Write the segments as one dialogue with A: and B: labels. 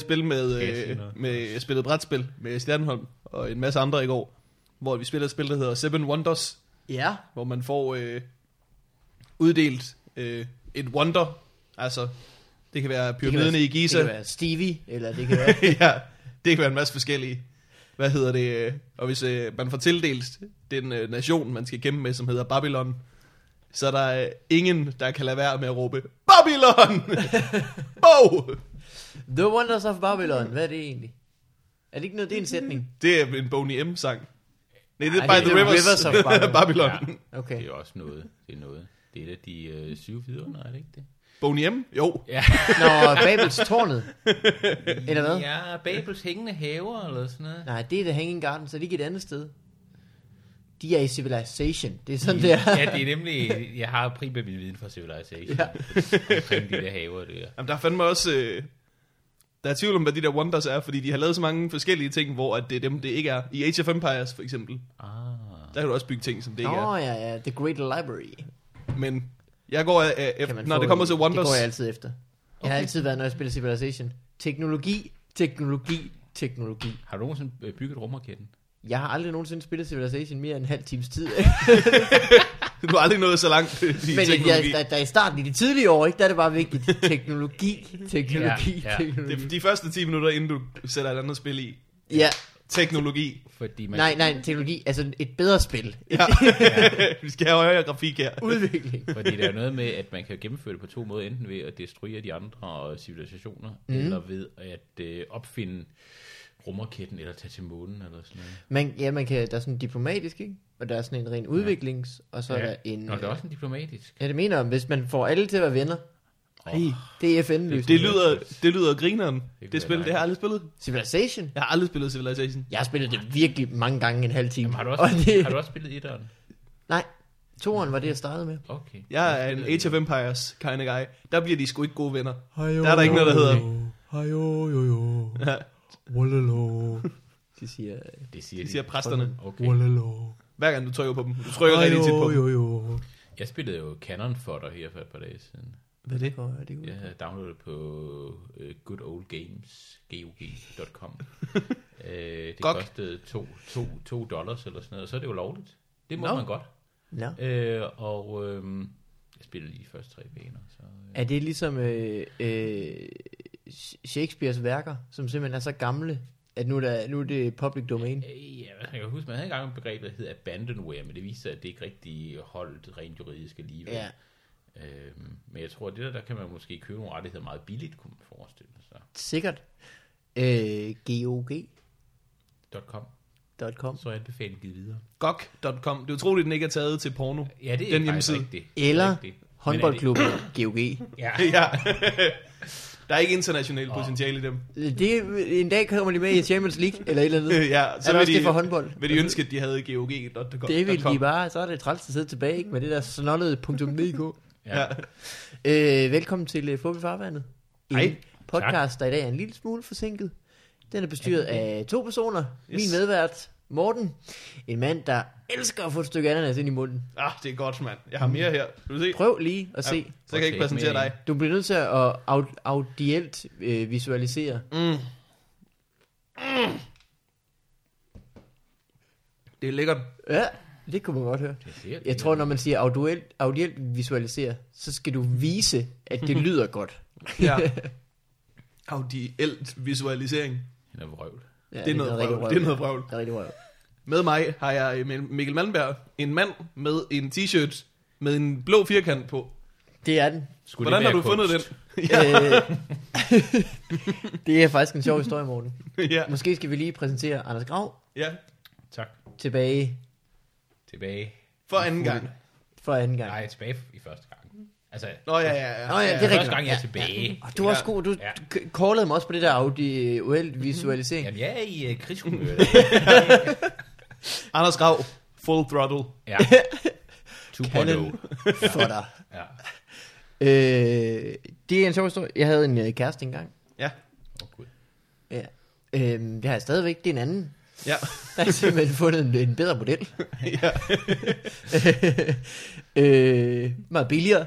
A: spille med,
B: Skal jeg sige
A: øh,
B: noget?
A: med jeg spillede brætspil med Stjernholm og en masse andre i går, hvor vi spillede et spil, der hedder Seven Wonders,
C: Ja.
A: hvor man får øh, uddelt øh, et wonder, altså det kan være
C: Det kan
A: pyramiderne
C: være-
A: i Giza,
C: Det kan være Stevie, eller det kan være...
A: ja, det kan være en masse forskellige. Hvad hedder det? øh, Og hvis øh, man får tildelt den øh, nation, man skal kæmpe med, som hedder Babylon, så er der øh, ingen, der kan lade være med at råbe, Babylon! Bo!
C: The Wonders of Babylon, hvad er det egentlig? Er det ikke noget, det er en sætning?
A: Det er en Boney M-sang. Nej, det er
C: Ej,
A: By
C: det
A: the
C: er The
A: Rivers,
C: Rivers of Babylon.
A: Babylon.
B: Ja.
C: Okay.
B: Det er også noget. Det er noget. Det er et af de øh, syv vidunder, er det ikke det?
A: Boney M? Jo.
B: Ja.
C: Nå, Babels tårnet. Eller hvad?
B: Ja, Babels hængende haver eller sådan noget.
C: Nej, det er The Hanging Garden, så det er ikke et andet sted. De er i Civilization. Det er sådan, det er.
B: ja, det er nemlig, jeg har primært min viden fra Civilization.
C: Ja.
B: Ja. Omkring de der haver der.
A: Jamen, der er fandme også... Øh, der er tvivl om, hvad de der Wonders er, fordi de har lavet så mange forskellige ting, hvor at det er dem, det ikke er. I Age of Empires, for eksempel,
B: Ah.
A: der kan du også bygge ting, som det ikke er.
C: Nå ja, ja, The Great Library.
A: Men jeg går af, af
C: Kan man
A: efter, når
C: få
A: det kommer
C: i-
A: til Wonders.
C: Det går jeg altid efter. Jeg har altid været, når jeg spiller Civilization. Teknologi, teknologi, teknologi.
B: Har du nogensinde øh, bygget rumraketten?
C: Jeg har aldrig nogensinde spillet Civilization mere end en halv times tid.
A: Du har aldrig nået så langt i
C: Men
A: teknologi.
C: jeg, der, der, i starten, i de tidlige år, ikke, der er det bare vigtigt. Teknologi, teknologi,
B: Ja, ja.
C: teknologi.
A: Det er de første 10 minutter, inden du sætter et andet spil i.
C: Ja,
A: Teknologi.
B: Fordi man,
C: nej, nej, teknologi. Altså et bedre spil.
A: Ja. Vi skal have højere grafik her.
C: Udvikling.
B: Fordi der er noget med, at man kan gennemføre det på to måder. Enten ved at destruere de andre civilisationer, mm.
C: Mhm.
B: eller ved at øh, opfinde rumraketten, eller tage til månen, eller sådan noget.
C: Man, ja, man kan, der er sådan en diplomatisk, ikke? Og der er sådan en ren udviklings, og så er der en...
B: Nå, det er
C: øh,
B: også en diplomatisk.
C: Ja, det mener jeg, hvis man får alle til at være venner.
B: Åh.
C: Oh. Det er fn -løsning.
A: Det lyder, det lyder grineren.
B: kunne
A: Det,
B: være
A: det spil, det har jeg aldrig spillet.
C: Civilization?
A: Jeg har aldrig spillet Civilization.
C: Jeg har spillet det virkelig mange gange en halv time.
B: Jamen, har, du også,
C: Og det,
B: har du også spillet etteren?
C: Nej, toeren var det, jeg startede med.
B: Okay.
A: Jeg er en Age of Empires kind of guy. Der bliver de sgu ikke gode venner.
D: Hayo,
A: Der er der ikke noget, der hedder...
D: Hayo, yo, yo.
A: Ja,
D: Walalo,
C: De siger...
B: Det siger,
A: de siger præsterne.
B: Okay.
D: walalo.
A: Hver gang du trykker på dem. Du trykker rigtig tit på dem.
D: Hayo, yo, yo.
B: Jeg spillede jo Cannon for dig her for et par dage siden.
C: Hvad er det? Hvor er det ud?
B: Jeg havde downloadet på øh, Good Old Games, GOG.com. øh, det
A: Gok.
B: kostede 2 dollars eller sådan noget, og så er det jo lovligt. Det må
C: Nå.
B: man godt.
C: Nå.
B: Øh, og øh, jeg spillede lige først tre baner. Så, øh.
C: Er det ligesom øh, øh, Shakespeares værker, som simpelthen er så gamle, at nu er, der, nu er det public domain?
B: Øh, Ja, jeg kan huske, man havde engang et begreb, der hed abandonware, men det viste sig, at det ikke rigtig holdt rent juridisk alligevel.
C: Ja.
B: Øhm, men jeg tror, at det der, der kan man måske købe nogle rettigheder meget billigt, kunne man forestille sig.
C: Sikkert. Øh, GOG.com.
B: .com, så er jeg anbefalet givet videre.
A: GOG.com. Det er utroligt, den ikke er taget til porno.
B: Ja, det er
A: Den
B: den faktisk
A: hjemmeside.
B: rigtigt. Det er
C: Eller
B: rigtigt. Men er det-
C: håndboldklubben GOG.
B: Ja,
A: Ja. Der er ikke internationalt potentiale i dem.
C: Det, en dag kommer de med i Champions League, eller et eller andet.
A: Øh, ja,
C: så er det også det for håndbold?
A: Vil de ønske, at de havde GOG.com?
C: Det vil de bare, så er det træls at sidde tilbage, ikke? Med det der snollede .dk.
A: Ja.
C: øh, velkommen til uh, Fåbe Farvandet. En
A: Hej,
C: podcast, der i dag er en lille smule forsinket. Den er bestyret af to personer. Yes. Min medvært, Morten. En mand, der elsker at få et stykke ananas ind i munden.
A: Ah, det er godt, mand. Jeg har mere her. Vil du se?
C: Prøv lige at se.
A: Så kan jeg ikke
B: Okay,
A: præsentere
B: men-
A: dig.
C: Du bliver nødt til at aud- audielt øh, visualisere.
A: Mm. Det er lækkert.
C: Ja, det kunne man godt høre.
B: det ser
C: Jeg tror, når man siger audielt, audielt visualisere, så skal du vise, at det lyder godt.
A: Ja. Audielt visualisering.
B: Han er vrøvl.
C: Ja,
A: Det er noget
C: rigtig
A: vrøvl. Det er noget vrøvl.
C: Det er rigtig røv.
A: Med mig har jeg øh, Mikkel Malmberg, en mand med en t-shirt med en blå firkant på.
C: Det er den.
B: Skulle
A: Hvordan
B: det
A: har du
B: være
A: fundet den?
B: kunst?
A: Ja,
C: Øh, det er faktisk en sjov historie, Morten.
A: ja,
C: Måske skal vi lige præsentere Anders Grav
A: ja.
B: Tak.
C: tilbage
B: Tilbage.
A: For anden gang.
C: for anden gang.
B: Nej, tilbage i første gang. Altså,
A: Nå ja, ja, ja.
C: Nå ja, det er
B: første
C: rigtigt.
B: gang, jeg er
C: Ja,
B: tilbage.
C: Ja. Og du er også god. Du
B: Ja.
C: ja. callede mig også på det der audiuelt visualisering.
B: jamen, jeg er i uh, krigshumør.
A: Anders Grav, full throttle.
B: ja. 2.0.
C: Cannon. for dig.
B: Ja.
C: Øh, det er en sjov historie. Jeg havde en øh, kæreste engang.
A: Ja,
B: Åh, Gud.
C: Ja. Øh, det har jeg stadigvæk. Det er en anden.
A: ja.
C: Der er simpelthen fundet en, en bedre model.
A: ja.
C: øh, meget billigere.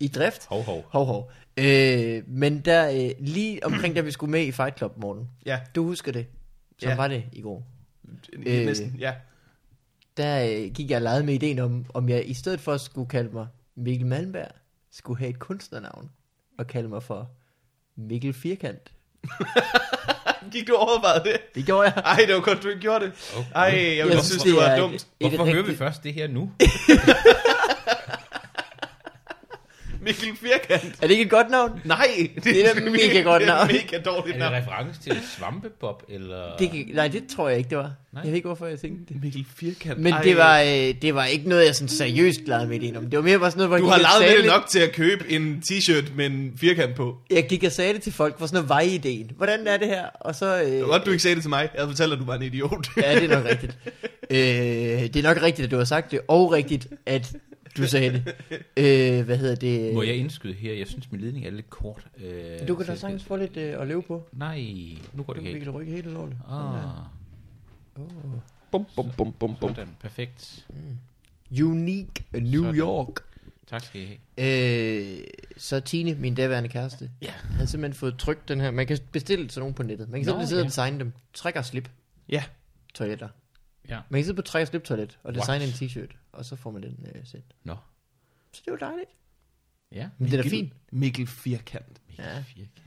C: I drift.
B: Hov, hov.
C: Hov, hov. Øh, men der, øh, lige omkring da vi skulle med i Fight Club, morgen.
A: Ja,
C: Du husker det, som
A: Ja.
C: var det i går.
A: øh,
C: Øh.
A: næsten, ja.
C: Der øh, gik jeg og legede med ideen om, om jeg i stedet for skulle kalde mig Mikkel Malmberg, skulle have et kunstnernavn og kalde mig for Mikkel Firkant.
A: Gik du og overvejede det?
C: Det gjorde jeg.
A: Ej, det var godt, du ikke gjorde det.
B: Okay.
A: Ej, jeg ville synes, det var
C: er
A: dumt.
C: et- et
B: Hvorfor hører vi
C: rigtigt-
B: først det her nu?
A: Mikkel Firkant.
C: Er det ikke et godt navn?
A: Nej,
C: Det er da mega godt
A: Det er
C: navn.
A: et mega dårligt
B: Er det
A: navn.
B: reference til svampebob,
A: Ah.
B: eller...
C: Det, gik- nej, det tror jeg ikke, det var.
B: Nej.
C: Nej. Jeg ved ikke, hvorfor jeg tænkte det.
A: Mikkel Firkant.
C: Men det var, øh, det var ikke noget, jeg sådan seriøst legede med ideen om. Det var mere bare sådan noget, hvor
A: Du
C: jeg
A: har
C: gik og
A: lavet
C: sagde
A: det nok til at købe en t-shirt med en firkant på.
C: Jeg gik og sagde det til folk, hvor sådan noget var ideen. Hvordan er det her? Og så... Øh,
A: Det var godt, du ikke sagde det til mig. Jeg havde fortalt, at du var en idiot.
C: Ja, det er nok rigtigt. Øh, det er nok rigtigt, at du har sagt det, og rigtigt, at du sagde det. Øh, hvad hedder det?
B: Må jeg indskyde her? Jeg synes, min ledning er lidt kort. Øh,
C: Du kan da
B: så-
C: sagtens få lidt øh, at leve på.
B: Nej, nu går
C: Du
B: det galt.
C: kan rykke helt lortet.
B: Ah,
A: Bum, bum, bum, bum, bum.
B: sådan, perfekt.
C: Unique New
B: Sådan.
C: York.
B: Tak skal I have.
C: Øh, så Tine, min daværende kæreste,
B: Ja.
C: havde simpelthen fået trykt den her. Man kan bestille sådan nogen på nettet. Man kan
B: Nå,
C: simpelthen sidde
B: ja.
C: og designe dem. Træk og slip
A: Ja.
C: toiletter.
B: Ja.
C: Man kan sidde på træk og slip toilet og
B: What?
C: designe en t-shirt, og så får man den øh, sendt.
B: Nå,
C: Så det var dejligt.
B: ja.
C: Men det er da
A: Mikkel-
C: fint.
A: Mikkel Firkant.
B: Mikkel Firkant.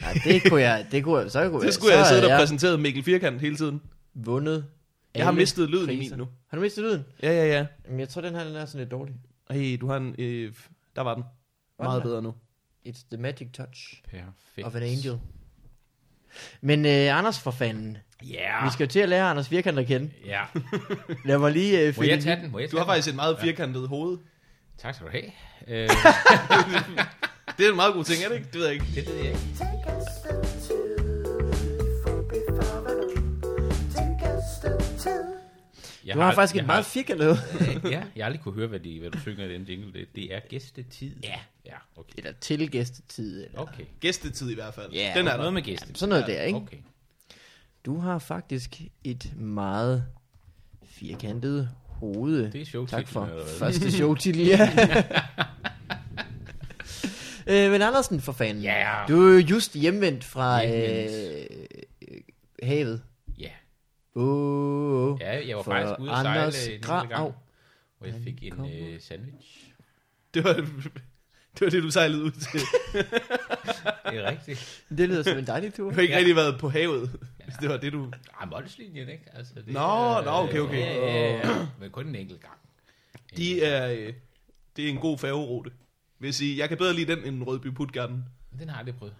C: Ja, det kunne jeg, det kunne jeg, så kunne
A: Så skulle jeg
C: så
A: sidde
C: havde
A: og præsentere Mikkel Firkant hele tiden.
C: vundet
A: Jeg har
C: alle
A: mistet lyden i
C: priser.
A: min nu.
C: Har du mistet lyden?
A: Ja, ja, ja.
C: Jamen, jeg tror, den her den er sådan lidt dårlig.
A: Hey, du har en... Øh, der var den. Meget
C: der?
A: bedre nu.
C: It's the magic touch
B: Perfekt.
C: of an angel. Men øh, Anders for fanden.
B: Ja.
A: Ah.
C: Vi skal jo til at lære Anders Virkant at kende.
B: Ja.
C: Lad mig lige øh,
B: Må
C: finde...
B: jeg tage den? Må jeg
A: Du
B: tage
A: har
B: den?
A: faktisk et meget firkantet hoved.
B: Tak skal du have. Øh,
A: Det er en meget god ting, er det ikke? Det ved jeg ikke.
B: det ved jeg ikke.
E: Take us to two for be phenomenal. Take us to two.
B: Jeg
C: Du har faktisk et
B: jeg
C: meget firkantet hoved.
B: Øh, ja, jeg har aldrig kunne høre, hvad, de, hvad du synger i den jingle. Det, det er gæstetid. Ja. Ja, okay.
C: Eller til gæstetid. Eller.
B: Okay.
A: Gæstetid i hvert fald.
C: Ja,
A: Den er der.
B: Noget med gæstetid.
C: Sådan noget der, ikke?
B: Okay.
C: Du har faktisk et meget firkantet hoved.
B: Det er showtitlen,
C: Tak for
B: eller hvad?
C: første showtitel, ja. øh, men Andersen, for fanden.
B: Ja.
C: Du er jo just hjemvendt fra
B: Hjemvendt.
C: øh, øh, havet.
B: Ja.
C: Åh, oh,
B: Ja, jeg var
C: For
B: faktisk ude at
C: Anders
B: sejle øh, en enkelt
C: Grav.
B: gang, hvor jeg fik en
C: kommer.
B: øh, sandwich.
A: Det var, det var det, du sejlede ud til.
B: Det er rigtigt.
C: Det lyder som en dejlig tur.
A: Du har ikke
B: Ja.
A: ja. rigtig været på havet, hvis det var det, du...
B: Ah, Molslinjen, ikke? Altså, det,
A: Nå, nå, okay, okay.
B: Ja, ja, ja. Men kun en enkelt gang.
A: De er, øh, det er en god færgerute. Hvis I, jeg kan bedre lide den end Rødby Putgarden.
B: Den har jeg aldrig prøvet.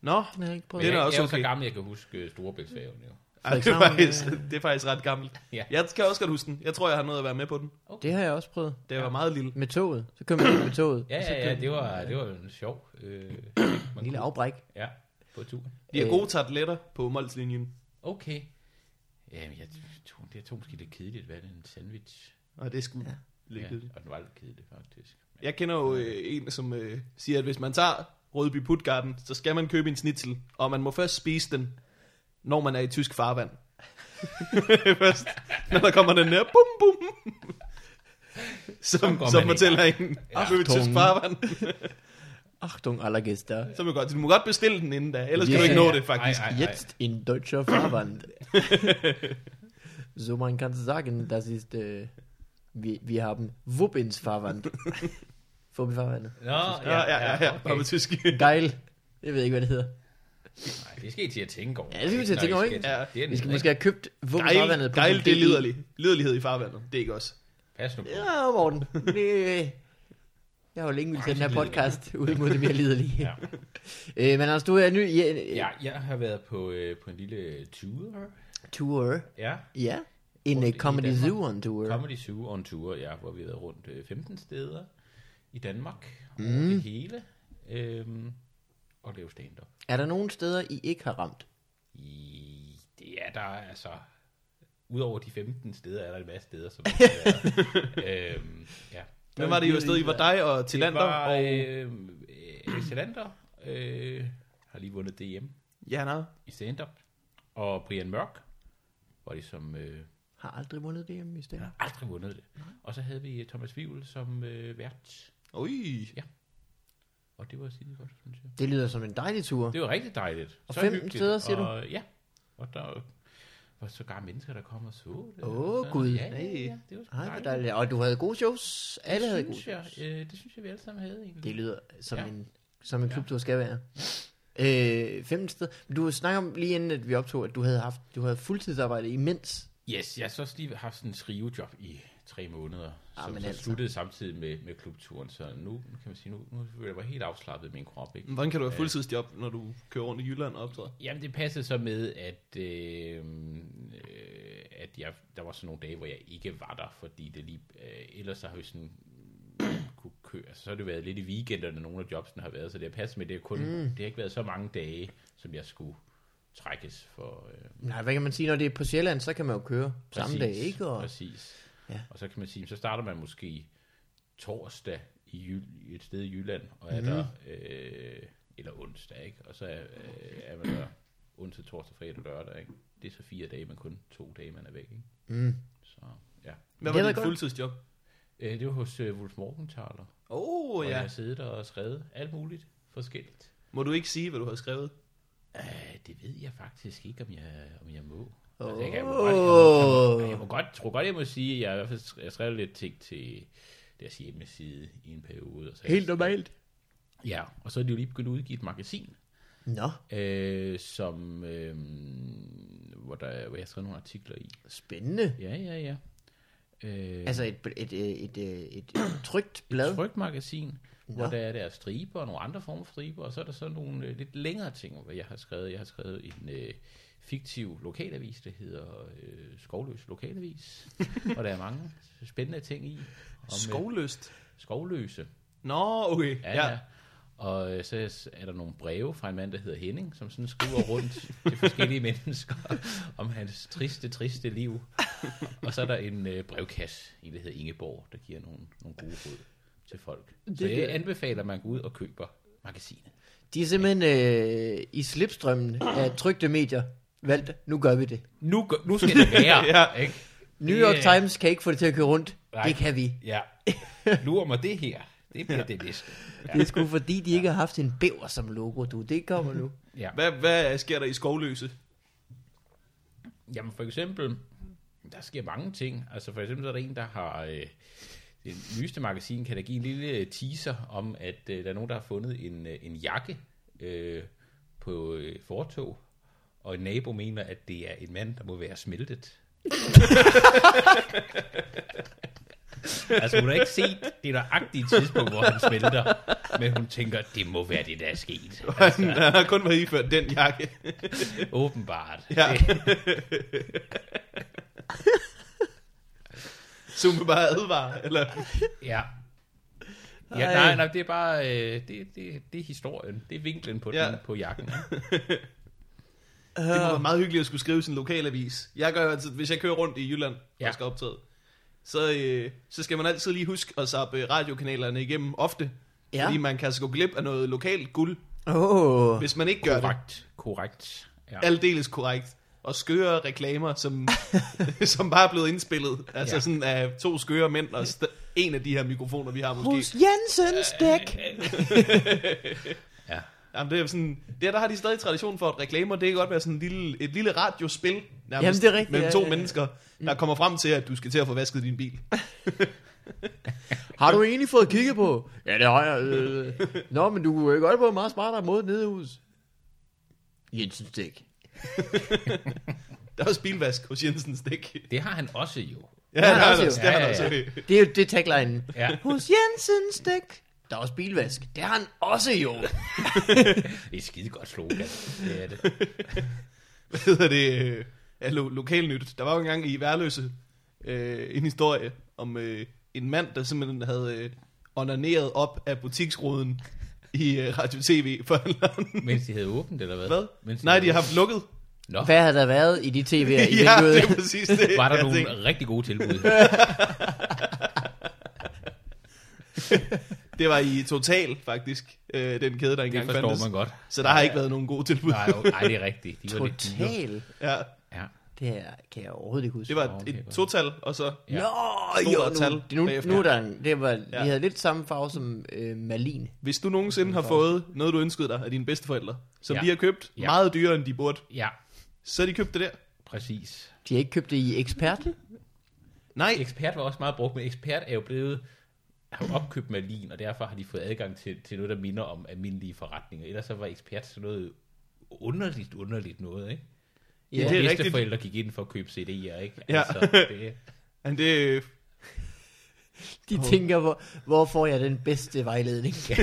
A: Nå,
C: Den har jeg ikke prøvet.
B: Men
A: er
B: jeg,
A: også
B: jeg er jo så
A: okay.
B: gammel, jeg kan huske øh, Storebæltsfærgen jo.
A: Ej, det, er
C: Frederikshavn,
A: faktisk, det er faktisk ret gammelt.
B: Ja.
A: Jeg kan også godt huske den. Jeg tror, jeg har noget at være med på den.
C: Det har jeg også prøvet.
A: Det var meget lille.
C: Med toget. Så kører man ind med toget.
B: Ja,
C: og så
B: ja,
C: kører
B: ja,
C: man-
B: det var, det var en sjov øh, ting, man
C: En lille
B: kunne.
C: afbræk.
B: Ja, på turen.
A: De har gode tartletter på Molslinjen.
B: Okay. Jamen, jeg tog, det tog måske lidt kedeligt, hvad er det, en sandwich?
A: Og det er sgu ja.
B: Ja,
A: lykkeligt.
B: og den var lidt kedelig, faktisk.
A: Jeg kender jo øh, en, som øh, siger, at hvis man tager Rødby Putgarden, så skal man købe en snitsel, og man må først spise den, når man er i tysk farvand. først, når der kommer den her bum bum, som,
B: går
A: som
B: man
A: fortæller en, ja, i tysk
C: Achtung.
A: farvand.
C: Achtung, alle gæster.
A: Så er det godt. Så du må godt bestille den inden da, ellers
C: Ja,
A: kan du ikke
C: ja,
A: nå det, faktisk.
B: Ej, ej, ej.
C: Jetzt in deutscher Farwand. so man kann sagen, das ist, äh, wir, wir haben Wupp ins Farwand. Wupp ins Farwand.
B: Nå,
A: Ja, ja, ja, ja. Bare med
B: Okay.
A: tysk.
C: Geil. Jeg ved ikke, hvad det hedder.
B: Nej, det skal I til at tænke over.
C: Ja, det skal vi til at tænke over, ikke?
B: Ja, det er
C: Vi skal
B: den,
C: måske
B: måske...
C: have købt Wupp ins
A: Geil,
C: Farwandet.
A: geil det er liderlig. Liderlighed i farvandet, det er ikke os.
B: Pas nu på.
C: Ja, Morten. Det, jeg har jo længe ville tage den her podcast ud mod det mere liderlige.
B: Ja.
C: Ja. Øh, men altså, du er ny ja, øh,
B: Ja, jeg har været på, øh, på en lille tour.
C: tour.
B: Ja,
C: Ja. En uh,
B: Rundt i
C: Comedy
B: Danmark.
C: Zoo on tour.
B: Comedy Zoo on tour, ja, hvor vi har været rundt øh, 15 steder i Danmark. Mm. det hele. Øhm, og lave stand-up.
C: Er der nogen steder, I ikke har ramt?
B: I, det er der altså... Udover de 15 steder, er der en masse steder, som ikke er øhm, ja.
A: Hvem var det, I var afsted? I var dig og
B: Det
A: Tilander
B: var
A: og...
B: øh, øh, Salander, øh, har lige vundet DM
A: Ja, nej.
B: i stand-up. Og Brian Mørk var ligesom øh,
C: Har aldrig vundet det hjemme i stedet.
B: aldrig vundet det. Og så havde vi øh, Thomas Vivel som øh, vært.
A: Ui.
B: Ja. Og det var skide godt, synes jeg.
C: Det lyder som en dejlig tur.
B: Det var rigtig dejligt.
C: Og
B: Så
C: fem
B: hyggeligt.
C: steder, siger du?
B: og, Ja. Og der var sågar mennesker, der kom og så det.
C: Åh,
B: og sådan.
C: Gud.
B: Ja, ja,
A: Hey.
B: ja, det var sgu
C: Ej, hvor
B: dejligt.
C: dejligt. Og du havde gode shows. Alle havde
B: det
C: gode
B: synes jeg,
C: shows.
B: øh, det synes jeg, vi alle sammen havde egentlig.
C: Det lyder som
B: Ja.
C: en, som en klubtur skal være. Øh, femte sted. Men Du snakker om lige inden, at vi optog, at du havde, haft, du havde fuldtidsarbejde imens.
B: Yes, jeg har så også lige haft sådan en skrivejob i tre måneder,
C: Ah,
B: som
C: men
B: så
C: altså.
B: sluttede samtidig med, med klubturen. Så nu kan man sige, nu, nu føler jeg mig helt afslappet i min krop. Ikke?
A: Men Hvordan kan du have fuldtidsjob, når du kører rundt i Jylland og optræder?
B: Jamen, det passede så med, at, øh, øh, at jeg, der var sådan nogle dage, hvor jeg ikke var der, fordi det lige, øh, ellers så har vi sådan øh, kunne køre. Altså, så har det været lidt i weekenderne, nogle af jobsene har været, så det har passet med, det, er kun, mm. det har ikke været så mange dage, som jeg skulle trækkes for, øh,
C: Nej, hvad kan man sige, når det er på Sjælland, så kan man jo køre samme dag, ikke? Og,
B: Præcis.
C: Ja.
B: Ja. Og så kan man sige, så starter man måske torsdag i Jyl, et sted i Jylland, og
C: Mhm.
B: er mm. der, øh, eller onsdag, ikke? Og så er, øh, er man der onsdag, torsdag, fredag, lørdag, ikke? Det er så fire dage, men kun to dage, man er væk, ikke?
C: mm.
B: Så, ja.
A: Hvad
C: Det
A: var
C: er da
A: dit
C: godt.
A: fuldtidsjob?
B: Øh, det var hos øh, Wolf Morgenthaler,
A: Åh, oh,
B: og jeg
A: ja.
B: har siddet der og skrevet alt muligt forskelligt.
A: Må du ikke sige, hvad du havde skrevet?
B: Øh, det ved jeg faktisk ikke, om jeg, om jeg må.
C: Åh.
B: Altså, jeg, kan- jeg, må godt, jeg, må, jeg, må, jeg må godt, tror godt, jeg må sige, at jeg i hvert fald sk- jeg skrev lidt ting til deres hjemmeside i en periode. Og så
C: Helt normalt.
B: Ja, og så er de jo lige begyndt at udgive et magasin,
C: Nå,
B: øh, som, øh, hvor, der, hvor jeg skrev nogle artikler i.
C: spændende.
B: Ja, ja, ja. Øh,
C: Altså et, et, et, et, et, et trygt
B: Et
C: blad.
B: trygt magasin, ja. hvor
C: Nå.
B: der er der striber og nogle andre former for striber, og så er der så nogle øh, lidt længere ting, hvad jeg har skrevet. Jeg har skrevet en øh, fiktiv lokalavis, der hedder øh, Skovløs Lokalavis, og der er mange spændende ting i. Om, øh,
A: Skovløst.
B: skovløse.
A: Nå, okay.
B: Ja, ja. ja. Og øh, så er der nogle breve fra en mand, der hedder Henning, som sådan skriver rundt til forskellige mennesker om hans triste, triste liv. Og så er der en øh, brevkasse, en der hedder Ingeborg, der giver nogle, nogle gode råd til folk. Så jeg anbefaler, at man går ud og køber magasinet.
C: De er simpelthen øh, i slipstrømmen af trygte medier valgt, nu gør vi det.
B: Nu, gør- nu skal det være,
A: Ja.
B: ikke?
C: New York
B: Det, øh,
C: Times kan ikke få det til at køre rundt.
B: Nej.
C: Det kan vi.
B: Ja, lurer mig det her. Det bliver det næste.
C: Det er sgu fordi, de ikke har haft en bæver som logo, du. Det kommer nu.
B: Ja.
A: Hvad, hvad sker der i skovløse?
B: Jamen for eksempel, der sker mange ting. Altså for eksempel så er der en, der har... Øh, det nyeste magasin kan da give en lille øh, teaser om, at øh, der er nogen, der har fundet en, øh, en jakke øh, på øh, fortog, og en nabo mener, at det er en mand, der må være smeltet. altså hun har ikke set det nøjagtige tidspunkt, hvor han smelter, men hun tænker, det må være det, der er sket. Altså,
A: Han har kun været iført den jakke.
B: Åbenbart.
A: Ja. Så hun kan bare advare, eller?
B: Ja. Ja,
C: Ej.
B: nej, nej, det er bare, øh, det, det, det er historien. Det er vinklen på, ja.
A: Ja.
B: den, på jakken.
A: Det må være meget hyggeligt at skulle skrive i sin lokalavis. Jeg gør jo altid, hvis jeg kører rundt i Jylland ja.
B: Ja.
A: og skal optræde, så, øh, så skal man altid lige huske at zappe radiokanalerne igennem ofte.
C: Ja.
A: Ja. Fordi man kan altså gå glip af noget lokalt guld,
C: Åh, oh,
A: hvis man ikke gør det.
B: Korrekt, korrekt. Ja.
A: Aldeles korrekt. Og skøre reklamer, som, som bare er blevet indspillet. Altså ja.
B: Ja.
A: sådan af to skøre mænd og st- en af de her mikrofoner, vi har måske.
C: hos Jensens dæk.
B: Ja.
A: Jamen, det er sådan, der, der har de stadig tradition for, at reklamer, det kan godt være sådan en lille, et lille radiospil, nærmest,
C: Jamen, det er rigtigt,
A: mellem
C: ja,
A: to
C: ja, Mm. ja.
A: mennesker, der kommer frem til, at du skal til at få vasket din bil.
C: Har du egentlig fået kigget på? Ja, det har jeg. Øh. Nå, men du kunne godt på en meget smartere måde nede hos Jensens dæk.
A: Der er også bilvask hos Jensens dæk.
B: Det har han også jo.
A: Ja,
C: har
A: der
C: han
A: er
C: også
A: der
C: jo.
A: også. Det har han
B: Ja,
A: også.
B: ja, ja.
A: Det-
C: Det er jo det er taglinen.
B: Ja.
C: Hos Jensens dæk. Der er også bilvask. Det har han også jo.
B: Det er skide godt slogan. Det er det.
A: Hvad hedder det? øh, Ja, lo- lokalnyt. Der var jo engang i Værløse øh, en historie om øh, en mand, der simpelthen havde øh, onaneret op af butiksruden i øh, radio-tv for
B: Mens de havde åbent, eller hvad?
A: Hvad?
B: Mens
A: Nej, de
B: havde
A: har haft lukket.
B: Nå,
C: Hvad har der været i de tv'er, I
A: ja,
C: fik ud?
A: det er præcis det.
B: var der
A: jeg
B: nogle
A: tænkte.
B: rigtig gode tilbud?
A: Det var i Total, faktisk, øh, den kæde, der
B: Det
A: engang
B: forstår
A: fandtes.
B: man godt.
A: Så der har ikke været nogen gode tilbud.
B: Nej, jo, nej det er rigtigt. De var lidt dyre.
C: Total.
A: Ja.
B: Ja.
C: Det her kan jeg overhovedet ikke huske.
A: Det var
B: Nå, okay,
A: et
B: godt.
A: total, og så...
B: Ja.
C: Ja.
A: Stod
C: Nå,
A: der
C: jo,
A: tal
C: nu, det- nu,
A: bagefter?
C: nu er der en, det var, ja.
A: Ja.
C: vi havde lidt samme farve som øh, Malin.
A: Hvis du nogensinde har fået noget, du ønskede dig af dine bedsteforældre, som
B: Ja.
A: ja. de har købt
B: Ja.
A: ja. meget dyrere, end de burde,
B: Ja,
A: så har de købt det der.
B: præcis.
C: De har ikke købt det i ekspert.
A: Nej,
B: Ekspert var også meget brugt, men ekspert er jo blevet har jo opkøbt Malin, og derfor har de fået adgang til, til noget, der minder om almindelige forretninger. Ellers så var ekspert sådan noget underligt, underligt noget, ikke? Ja,
A: det
B: det
A: er
B: er
A: rigtigt.
B: bedsteforældre gik ind for at købe CD'er, ikke? Altså,
A: Ja.
B: det,
A: men det, øh,
C: De tænker, hvor, hvor får jeg den bedste vejledning?
A: ja.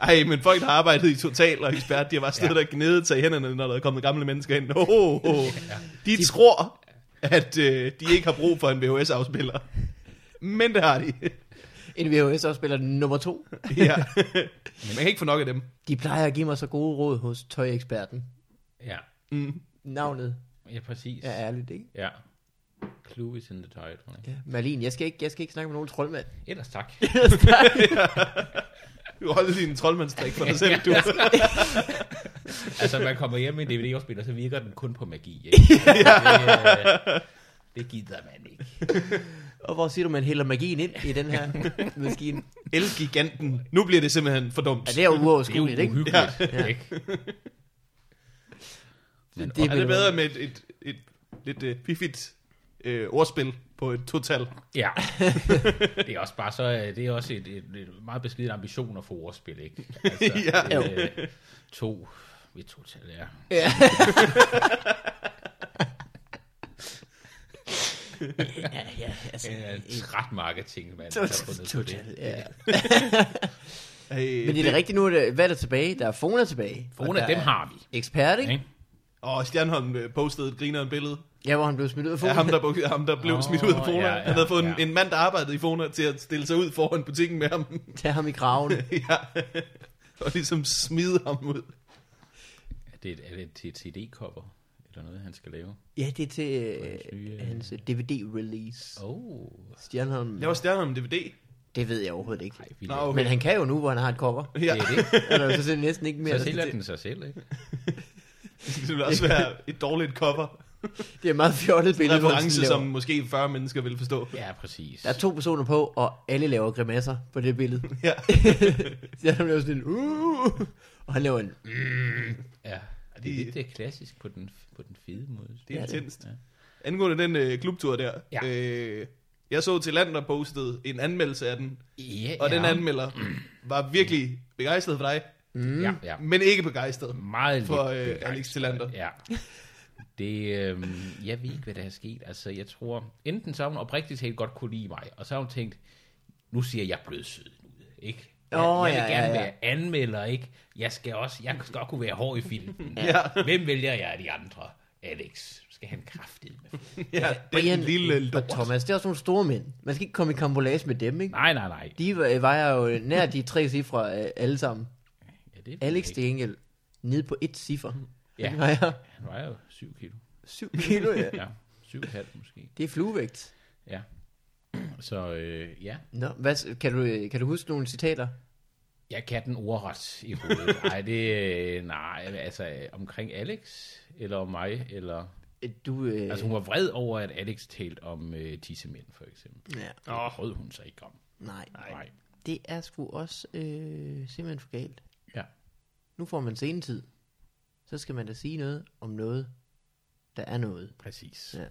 A: Ej, men folk, der har arbejdet i Total og Ekspert, de har bare stået ja. og gnedet sig i hænderne, når der er kommet gamle mennesker ind. Oh, oh, oh. De, de tror, at øh, de ikke har brug for en VHS-afspiller. Men det har de.
C: En VHS-afspiller nummer to.
A: ja. Men man kan ikke få nok af dem.
C: De plejer at give mig så gode råd hos tøjeksperten.
B: ja.
A: Mm.
C: Navnet
B: ja, præcis.
C: er ærligt, ikke?
B: Ja. Clue is in the title. Ikke?
C: Ja, Malin, jeg skal ikke, jeg skal ikke snakke med nogen troldmand.
B: Ellers tak.
A: Du holder din troldmandstrik for dig selv, du.
B: altså, man kommer hjem med en DVD-afspiller, så virker den kun på magi. Ikke? ja. det, øh, det gider man ikke.
C: Og hvor siger du, man hælder magien ind i den her maskine?
A: Elgiganten. Nu bliver det simpelthen for dumt.
C: Ja, det er jo
B: Det er jo
C: uoverskueligt, ikke?
B: uhyggeligt. Ja. Ikke? Men,
C: Det
B: det,
A: Er det bedre med et, et, et lidt øh, fiffigt øh, ordspil på et total?
B: ja. det er også bare så, øh, det er også et, et, et meget beskeden ambition at få ordspil, ikke? Altså,
A: Ja.
B: øh, to, vi to tal, ja.
C: Ja. ja, ja, altså,
B: Øh, Træt marketing, man.
C: Total, ja.
A: Øh,
C: Men det er da rigtigt nu, at øh, hvad er der tilbage? Der er Fona tilbage. og
B: Fona,
C: der
B: dem
C: er
B: har vi.
C: Ekspert, ikke?
B: Ikke?
A: Og Stjernholm øh, postede et grineren billede
C: Ja, hvor han blev smidt ud af Fona.
A: af ham, der, bu- ham, der blev
B: Åh,
A: oh, smidt ud af Fona.
B: ja,
A: Ja,
B: ja,
A: ja, Han havde fået
B: ja.
A: en, en mand, der arbejdede i Fona, til at stille sig ud foran butikken med ham.
C: Tag ham i graven.
A: ja. Og ligesom smide ham ud.
B: Er det et, er det et CD-cover? Eller noget, han skal lave?
C: Ja, det er til
B: Hans nye,
C: øh,
B: øh,
C: hans øh, DVD-release.
B: Oh.
C: Stjernholm,
A: Laver Stjernholm en DVD?
C: det ved jeg overhovedet ikke.
B: Nej, vi
A: Nå,
B: no.
A: okay.
C: Men han kan jo nu, hvor han har et cover.
B: Det
A: Ja,
B: er det.
C: Eller så er det næsten ikke mere.
B: Så sælger
C: det,
B: den sig selv, ikke?
A: det ville også være et dårligt cover.
C: det er et meget fjollet billede, hvor han sådan
A: Reference,
C: laver-
A: som måske 40 mennesker vil forstå.
B: Ja, præcis.
C: Der er to personer på, og alle laver grimasser på det billede.
A: Ja.
C: Så han laver sådan en, uh, og han laver en,
B: Ja, og det er lidt øh, klassisk på den, på den fede måde.
A: Det er
C: Ja, det-
A: intenst.
B: ja.
A: Angående den øh, klubtur der.
B: Ja.
A: Øh, jeg så til land, der postede en anmeldelse af den.
B: Ja,
A: Og
B: ja.
A: ja. den anmelder var virkelig begejstret for dig,
B: Ja, ja.
A: men ikke begejstret.
B: Meget lidt
A: For, øh,
B: begejstret.
A: Alex Tillander.
B: Ja. Det, øh, jeg ved ikke, hvad der er sket. Altså, jeg tror, enten så har hun oprigtigt talt godt kunne lide mig, og så har hun tænkt, nu siger jeg blødsød ud, ikke? Jeg,
C: Åh,
B: jeg vil
C: ja,
B: gerne
C: ja, ja.
B: være anmelder, ikke? Jeg skal også, jeg skal også kunne være hård i filmen.
A: Ja.
B: Hvem vælger jeg af de andre? Alex. Skal han kraftigt med?
A: Ja, den
C: Brian
A: lille lort.
C: og Thomas, det er også nogle store mænd. Man skal ikke komme i kambolage med dem, ikke?
B: Nej, nej, nej.
C: De øh, vejer jo nær de tre cifre øh, alle sammen.
B: Ja, det er
C: Alex
B: ikke.
C: til gengæld, nede på et cifre.
B: Ja.
C: Han vejer
B: Han vejer jo 7 kilo.
C: 7 kilo, ja.
B: Ja, 7,5 måske.
C: Det er fluevægt.
B: Ja. Så øh, ja,
C: Nå, hvad, s- kan, du, øh, kan du huske nogle citater?
B: jeg kan den ordret i hovedet. Nej, det øh, nej, altså øh, omkring Alex eller om mig eller
C: Øh, Du, øh,
B: altså hun var vred over at Alex talte om øh, tissemænd for eksempel.
C: ja,
B: Det brød hun sig ikke om.
C: nej.
B: Nej.
C: Det er sgu også øh, simpelthen for galt.
B: Ja.
C: Nu får man senetid. Så skal man da sige noget om noget, der er noget.
B: Præcis.
C: Ja.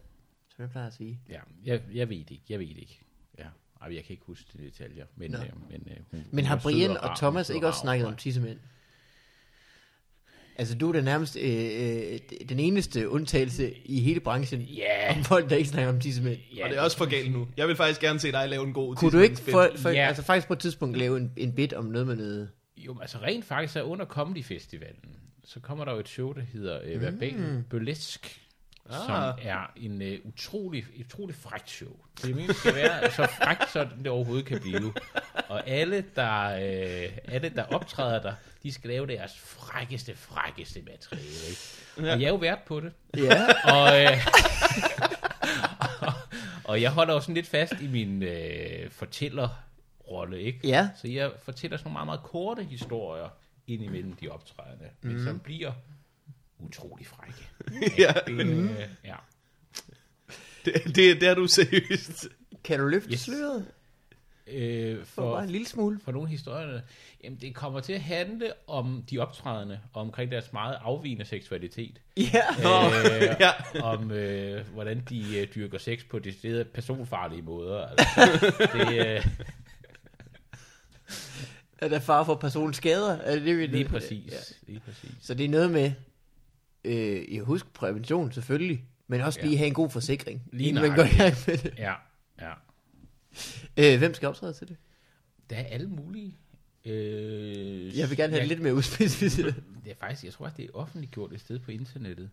C: Som jeg plejer at sige.
B: Ja, jeg, jeg ved det ikke. Jeg ved det ikke. Ja. Ej, jeg kan ikke huske de detaljer, men,
C: Nå.
B: øh, men, øh, hun, hun
C: Men har
B: var sød
C: Brian
B: rar.
C: og Thomas
B: Hun var
C: ikke også
B: rar
C: snakket
B: over
C: om tissemænd? Altså, du er da nærmest øh, øh, den eneste undtagelse i hele branchen
B: mig. Ja,
C: om folk, der ikke snakker om tissemænd.
B: ja.
A: Og det er også for galt nu. Jeg vil faktisk gerne se dig lave en god
C: Kunne du ikke for, for,
B: Ja.
C: altså faktisk på et tidspunkt lave en, en bit om noget med noget?
B: Jo, altså rent faktisk er under Comedy Festivalen, så kommer der jo et show, der hedder øh, Verbal mm. Burlesk, ah. som er en øh, utrolig, utrolig frækt show. Det er meningen, skal være så frækt, så det overhovedet kan blive. Og alle der, øh, alle, der optræder der, de skal lave deres frækkeste, frækkeste materiale. Ikke? Og jeg er jo vært på det.
C: Ja.
B: Og, øh, og jeg holder jo sådan lidt fast i min øh, fortællerrolle, ikke?
C: Ja.
B: Så jeg
C: Mhm.
B: fortæller sådan nogle meget, meget korte historier ind imellem de optrædende, men som bliver utrolig frække.
A: ja,
C: Mhm.
B: Det, øh, ja.
A: det, det, det er du seriøst.
C: Kan du løfte
B: Yes.
C: yes. sløret
B: Øh,
C: for bare
B: for,
C: en lille smule?
B: for nogle af historierne, jamen det kommer til at handle om de optrædende, og omkring deres meget afvigende seksualitet.
C: Ja.
B: Øh,
A: ja.
B: Om øh, hvordan de øh, dyrker sex på deciderede personfarlige måder. Altså, det, øh,
C: Er der far for personens skader? Er det det, vi
B: lige præcis. Lige præcis.
C: Så det er noget med, øh, jeg husker prævention selvfølgelig, men også
B: Ja.
C: lige have en god forsikring,
B: Lige
C: lige inden man går i gang
B: nøjagtigt.
C: med det.
B: Ja, ja.
C: Øh, hvem skal optræde til det?
B: Der er alle mulige. Øh,
C: Jeg vil gerne have det lidt mere udspecificeret.
B: Det er faktisk, jeg tror at det er offentliggjort et sted på internettet.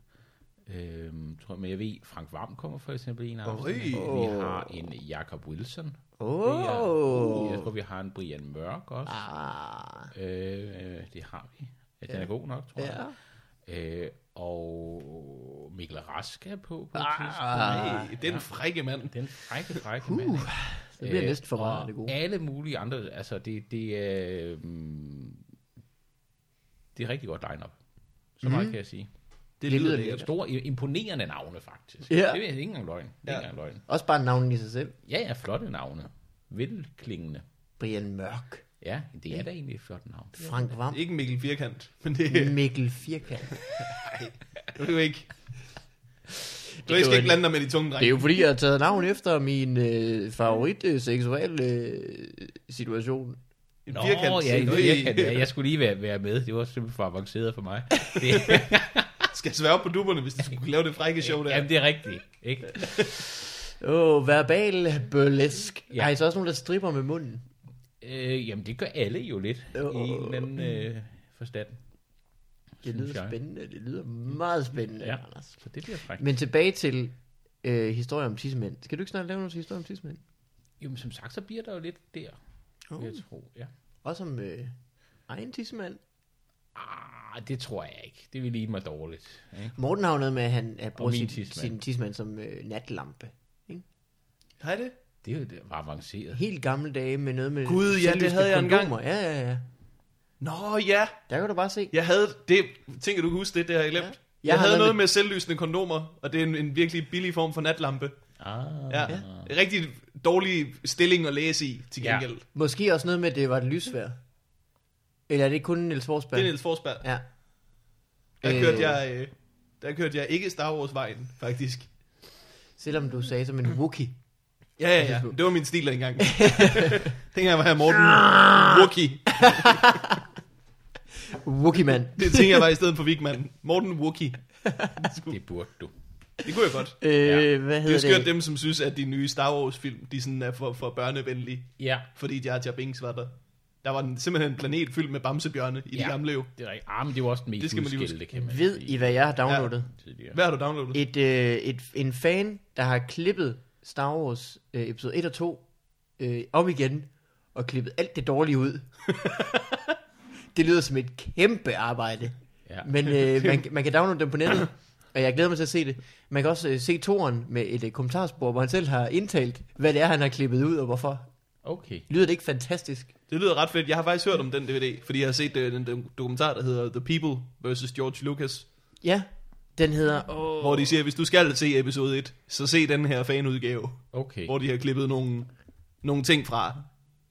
B: Øhm, tror, men jeg ved, Frank Varm kommer for eksempel i en af afsnittene.
C: Oj.
B: Vi har en Jacob Wilson. Det er-
C: Åh.
B: Jeg tror, vi har en Brian Mørk også.
C: Ah.
B: Øh, øh, det har vi. Ja, den er god nok, tror
C: Ja.
B: jeg. Øh, og Mikkel Rask er på på et tidspunkt.
C: Ah.
A: Hey, det er en frække mand.
B: Den frække, frække uh, mand. ikke?
C: Det bliver
B: Øh,
C: næsten for meget
B: og
C: af det gode.
B: alle mulige andre. Altså, det, det, øh, det er rigtig godt line-up. Så meget
C: Mhm.
B: kan jeg sige.
A: Det,
C: lyder
B: Det er
C: lækkert.
B: store, imponerende navne, faktisk.
C: Ja.
B: Det er ikke engang løgn. Det er
A: Ja.
B: ikke engang løgn.
C: Også bare navnet i sig selv.
B: Ja, ja, flotte navne. Velklingende.
C: Brian Mørk,
B: Ja, det
C: Mm.
B: er da egentlig et flot navn.
C: Frank Vam,
A: Ikke Mikkel Firkant, men det,
C: Mikkel Firkant.
A: det er jo ikke... Du
C: var
A: skal
C: en-
A: ikke blande dig med de tunge
C: Det er
A: drenge.
C: jo fordi, jeg har taget navn efter min øh, favorit øh, seksuelle øh, situation.
A: En
B: Nå,
A: firkant.
B: ja, en
A: Hey.
B: firkant. Ja, jeg skulle lige være, være med. Det var simpelthen for avanceret for mig. Det,
A: Skal sværge på dupperne, hvis du skulle kunne lave det frække show der.
B: jamen, det er rigtigt. Ikke?
C: Åh, oh, verbal burlesk.
B: Ja.
C: Ja. Ej, så også nogen, der stripper med munden.
B: Øh, jamen, det gør alle jo lidt. I en eller anden øh, forstand.
C: Det
B: Synes
C: lyder
B: jeg.
C: spændende. Det lyder meget spændende,
B: Ja.
C: ja. Anders.
B: Så det bliver frækt.
C: Men tilbage til øh, historier om tissemænd. Skal du ikke snart lave nogle historier om tissemænd?
B: Jamen, som sagt, så bliver der jo lidt der. Oh.
A: Uh.
B: Jeg tror, ja.
C: Også om øh, egen tissemand.
B: Ah, det tror jeg ikke. Det vil lide mig dårligt. Ikke?
C: Morten har jo noget med, at han at bruger
B: min
C: sin,
B: tissemand.
C: sin tissemand som øh, natlampe. Ikke?
A: Har jeg det?
B: Det er jo det var avanceret.
C: Helt gamle dage med noget med
A: Gud, ja, det
C: selvløste
A: havde jeg engang.
C: kondomer. Ja, ja, ja.
A: Nå ja,
C: Der kan du bare se.
A: jeg havde det. Tænker du kan huske det, det har jeg glemt. Ja. Jeg, jeg
C: har
A: havde
C: været
A: noget med selvlysende kondomer, og det er en, en virkelig billig form for natlampe.
B: Ah.
A: Ja. ja. Rigtig dårlig stilling at læse i, til
B: Ja.
A: gengæld. Ja.
C: Måske også noget med, at det var et lysvær. Eller er det kun Niels Forsberg?
A: Det er Niels Forsberg.
C: Ja.
A: Der
C: Øh.
A: kørte jeg... Øh, der kørte jeg ikke Star Wars-vejen, faktisk.
C: Selvom du sagde som en wookie.
A: Ja, ja, ja. Altså, Det var min stil dengang. dengang var jeg Morten Wookie.
C: Wookie mand.
A: Det tænker jeg var i stedet for Vigman. Morten Wookie.
B: Det burde du.
A: Det kunne jeg godt.
C: Øh,
B: Ja.
C: ja. Hvad
A: Det er
C: hedder
A: skørt
C: det?
A: dem, som synes, at de nye Star Wars-film, de sådan er for, for børnevenlige.
B: Ja,
A: fordi Jar Jar Binks var der. Der var den, simpelthen en planet fyldt med bamsebjørne i ja.
B: Ja.
A: de gamle jo.
B: det er rigtigt. Ah, men det var også den mest
A: Det
B: det
A: skal man
B: skal
A: lige
B: udskilte, kan man
C: Ved
B: sige,
C: I, hvad jeg har downloadet?
B: tidligere.
A: Hvad har du downloadet?
C: et, øh, et, en fan, der har klippet Star Wars øh, episode 1 og 2 øh, om igen, og klippet alt det dårlige ud. det lyder som et kæmpe arbejde.
B: Ja.
C: Men øh, man, man kan downloade dem på nettet, og jeg glæder mig til at se det. Man kan også øh, se toren med et øh, kommentarspor, hvor han selv har indtalt, hvad det er, han har klippet ud, og hvorfor.
B: Okay.
C: Lyder det ikke fantastisk?
A: Det lyder ret fedt. Jeg har faktisk hørt om den DVD, fordi jeg har set øh, den, den dokumentar, der hedder The People vs. George Lucas,
C: Ja, den hedder... Åh,
A: hvor de siger, at hvis du skal se episode 1, så se den her fanudgave,
B: Okay.
A: hvor de har klippet nogle, nogle ting fra.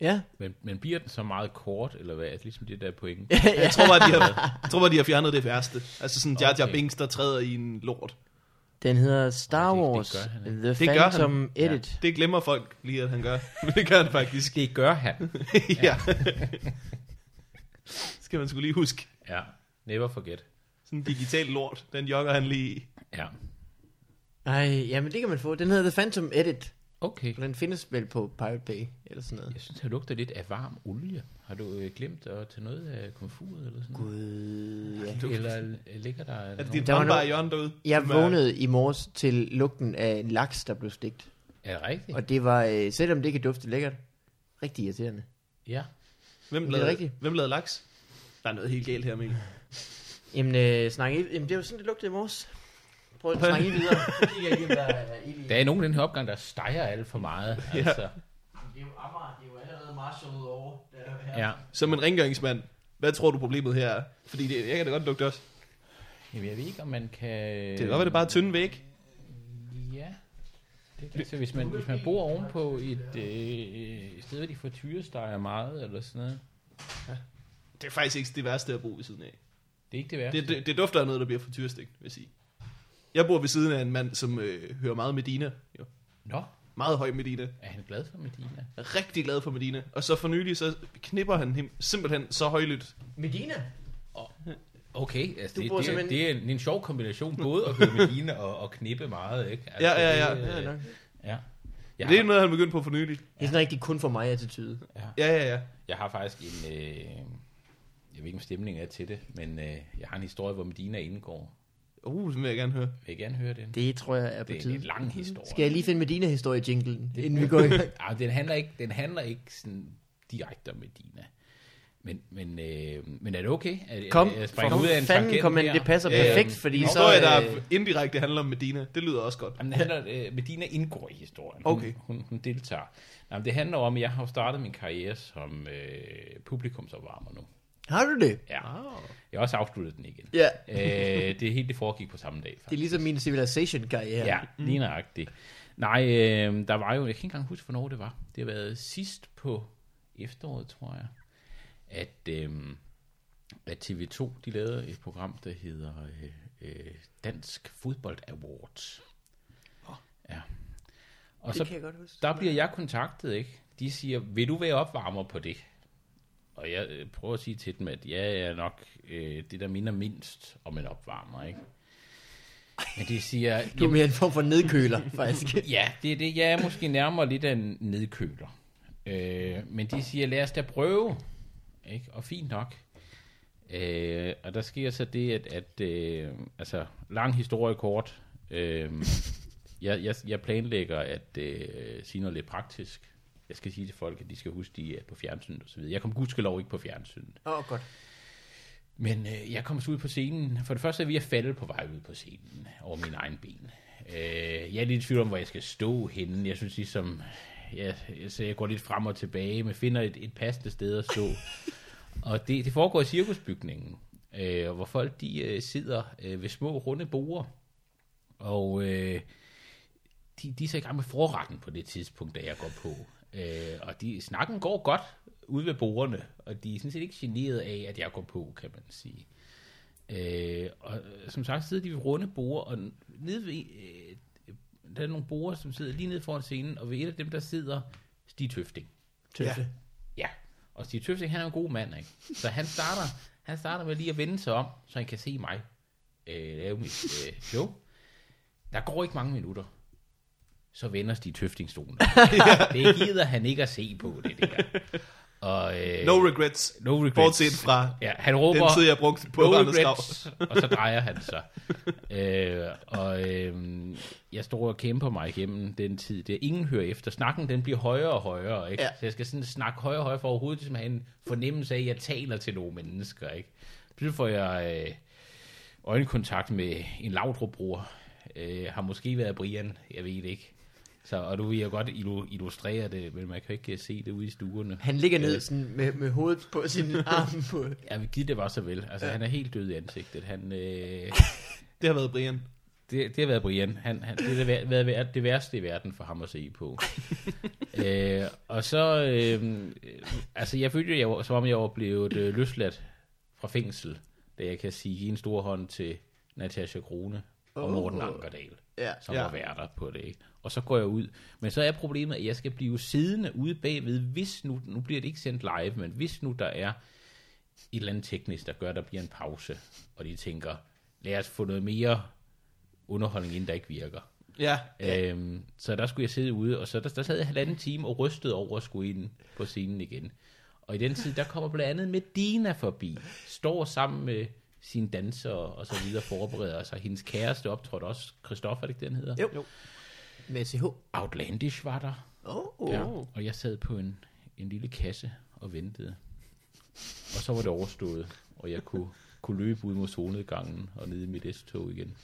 C: ja.
B: Men, men bliver den så meget kort, eller hvad? Altså, Ligesom det der point.
A: Jeg tror bare, de har, jeg tror bare, de har fjernet det værste. Altså sådan Jar Jar
B: Okay.
A: Binks, der træder i en lort.
C: Den hedder Star
B: Åh, det-
C: Wars
B: det gør han
C: The
A: Det gør han.
C: Phantom Edit.
A: Det glemmer folk lige, at han gør. Men det gør han faktisk.
B: Det gør han.
A: ja. skal man skulle lige huske.
B: Ja. Never forget.
A: Sådan en digital lort, den jogger han lige i.
B: Ja.
C: Ej, jamen det kan man få. Den hedder The Phantom Edit,
B: Okay.
C: og den findes vel på Pirate Bay, eller sådan noget.
B: Jeg synes, jeg lugter lidt af varm olie. Har du øh, glemt at tage noget af komfuret eller sådan noget?
C: Gud, ja.
B: Eller øh, ligger der...
A: Er det
B: nogen-
A: dit
C: Der var
A: brandbare
C: no-
A: hjørne derude?
C: Jeg
A: Som er-
C: vågnede i morges til lugten af en laks, der blev stegt.
B: Er det rigtigt?
C: Og det var, øh, selvom det kan dufte lækkert, rigtig irriterende.
B: Ja.
A: Hvem
C: det
A: lavede,
C: rigtigt?
A: hvem lavede laks? Der er noget helt galt her, Mikkel.
C: Jamen, øh, snak ild. Jamen, det var sådan, det lugtede i morges. Prøv at snakke ild videre. Så kigger jeg lige, om der er ild øh, i.
B: Der er nogen i den her opgang, der steger alt for meget. Altså,
C: Det er jo Amager, det er jo allerede marshallet over. Der er
B: ja.
A: Som en rengøringsmand, hvad tror du problemet her er? Fordi det, jeg kan da godt lugte også.
B: Jamen, jeg ved ikke, om man kan...
A: Det kan godt være, det er bare tynde væg.
B: Ja. Det kan, så hvis man, hvis man bor ovenpå et øh, sted, hvor de får tyresteger meget, eller sådan noget,
A: Det er faktisk ikke det værste at bo ved siden af.
B: det er ikke det værste.
A: Det, det, det dufter af noget, der bliver for tyrestik, vil jeg sige. Jeg bor ved siden af en mand, som øh, hører meget Medina. Jo.
B: Nå,
A: Meget høj Medina.
B: er han glad for Medina?
A: Er rigtig glad for Medina. Og så for nylig, så knipper han him, simpelthen så højlydt.
C: Medina?
B: Okay, altså
C: Du
B: det,
C: bor
B: det, er,
C: simpelthen-
B: det, er en, det er en sjov kombination, både at høre Medina og, og knippe meget, ikke? Altså,
A: Ja, ja, ja.
B: Det,
C: Ja,
B: øh,
C: nok.
B: ja. Jeg,
A: Det er
B: har,
A: noget, han begyndte på for nylig.
C: Det er sådan en rigtig kun for mig attitude.
A: Ja, ja, ja.
B: jeg har faktisk en... Øh, jeg ved ikke, om stemningen er til det, men øh, jeg har en historie, hvor Medina indgår.
A: Uh, den vil jeg gerne høre.
B: Vil I gerne høre den?
C: Det tror jeg er på
B: Det er en
C: tide.
B: lidt lang historie.
C: Skal jeg lige finde Medina-historie-jinglen, inden vi går i gang?
B: Ej, den handler ikke, den handler ikke sådan direkte om Medina. Men, men, øh, men er det okay? Er,
C: Kom,
B: er, jeg springer
C: for
B: ud af en
C: fanden,
B: tangent
C: kom, men
B: her? Øh,
C: det passer
A: Ja, ja.
C: perfekt, fordi
A: En
C: så...
A: historie, der
C: øh,
A: indirekte handler om Medina. Det lyder også godt.
B: Jamen, det handler, øh, Medina indgår i historien.
A: Okay.
B: Hun, hun, hun deltager. Jamen, det handler om, at jeg har jo startet min karriere som øh, publikumsopvarmer nu.
C: Har du det?
B: Ja. Jeg har også afsluttet den igen.
C: Ah. Ja.
B: Øh, det hele det foregik på samme dag.
C: Det er ligesom min Civilization-karriere.
B: Ja, lige
C: Mm.
B: nøjagtigt. Nej, øh, der var jo, jeg kan ikke engang huske, hvornår det var. Det har været sidst på efteråret, tror jeg, at, øh, at TV2, de lavede et program, der hedder øh, øh, Dansk Fodbold Awards. Ja. Og så,
C: Det kan jeg godt huske.
B: der bliver jeg kontaktet, ikke? De siger, vil du være opvarmer på det? Og jeg øh, prøver at sige til dem, at jeg er nok øh, det, der minder mindst om en opvarmer, ikke? Men de siger,
C: Du er mere en form for nedkøler, faktisk.
B: Ja, det er det. Jeg er måske nærmere lidt af en nedkøler. Øh, men de siger, lad os da prøve. Ikke? Og fint nok. Øh, og der sker så det, at, at øh, altså, lang historie kort. Øh, jeg, jeg, jeg planlægger at øh, sige noget lidt praktisk. Jeg skal sige til folk, at de skal huske, at de er på fjernsynet osv. Jeg kom gudskelov ikke på fjernsynet.
C: Åh, oh, godt.
B: Men øh, jeg kom så ud på scenen. For det første er vi at falde på vej ud på scenen over min egen ben. Øh, jeg er lidt i tvivl om, hvor jeg skal stå henne. Jeg synes ligesom, jeg, jeg, så jeg går lidt frem og tilbage, men finder et, et passende sted at stå. og det, det foregår i cirkusbygningen, øh, hvor folk de øh, sidder øh, ved små runde borer. Og øh, de, de er så i gang med forretten på det tidspunkt, da jeg går på. Øh, og de, snakken går godt ude ved borgerne, og de er sådan set ikke generet af, at jeg går på, kan man sige. Øh, og øh, som sagt sidder de ved runde borer, og n- nede ved, øh, der er nogle borer, som sidder lige nede foran scenen, og ved et af dem, der sidder Stig Tøfting.
C: Tøfte.
B: Ja, og Stig Tøfting, han er en god mand, ikke? Så han starter, han starter med lige at vende sig om, så han kan se mig øh, lave mit øh, show. Der går ikke mange minutter, så vender Stig Tøfting stolen. det gider han ikke at se på, det der. Og, øh,
A: No regrets.
B: no regrets.
A: Bortset fra
B: ja, han råber,
A: den tid, jeg brugte på
B: no
A: Anders Grav.
B: regrets, og så drejer han sig. øh, og øh, jeg står og kæmper mig igennem den tid. Det er ingen hører efter. Snakken den bliver højere og højere. Ikke?
C: Ja.
B: Så jeg skal sådan snakke højere og højere for overhovedet ligesom at have en fornemmelse af, at jeg taler til nogle mennesker. Ikke? Så får jeg øh, øjenkontakt med en Laudrup-bruger. Øh, har måske været Brian, jeg ved det ikke. Så, og nu vil jeg godt illu- illustrere det, men man kan jo ikke se det ude i stuerne.
C: Han ligger ned sådan med, med hovedet på sin arm på...
B: Ja, vi giver det var så vel. Altså, ja. han er helt død i ansigtet. Han, øh,
A: Det har været Brian.
B: det, det har været Brian. Han, han, det har været, været- været det værste i verden for ham at se på. øh, og så, øh, øh, altså jeg følte, jeg, var- som om jeg var blevet øh, løsladt fra fængsel, da jeg kan sige, give en stor hånd til Natasha Krone og Morten Ankerdal,
C: Ja.
B: som
A: Ja.
B: var værter på det. Ikke? Og så går jeg ud. Men så er problemet, at jeg skal blive siddende ude bagved, hvis nu, nu bliver det ikke sendt live, men hvis nu der er et eller andet teknisk, der gør, at der bliver en pause, og de tænker, lad os få noget mere underholdning ind, der ikke virker.
A: Ja.
B: Ja. Øhm, så der skulle jeg sidde ude, og så der, der sad jeg halvanden time og rystede over at skulle ind på scenen igen. Og i den tid, der kommer blandt andet Medina forbi, står sammen med sine dansere og så videre forbereder sig. Hendes kæreste optrådte også, Christoffer, er det ikke den hedder?
C: Jo. Med CH.
B: Outlandish var der.
C: Oh.
B: Ja, og jeg sad på en, en lille kasse og ventede. Og så var det overstået, og jeg kunne, kunne løbe ud mod solnedgangen og ned i mit S-tog igen.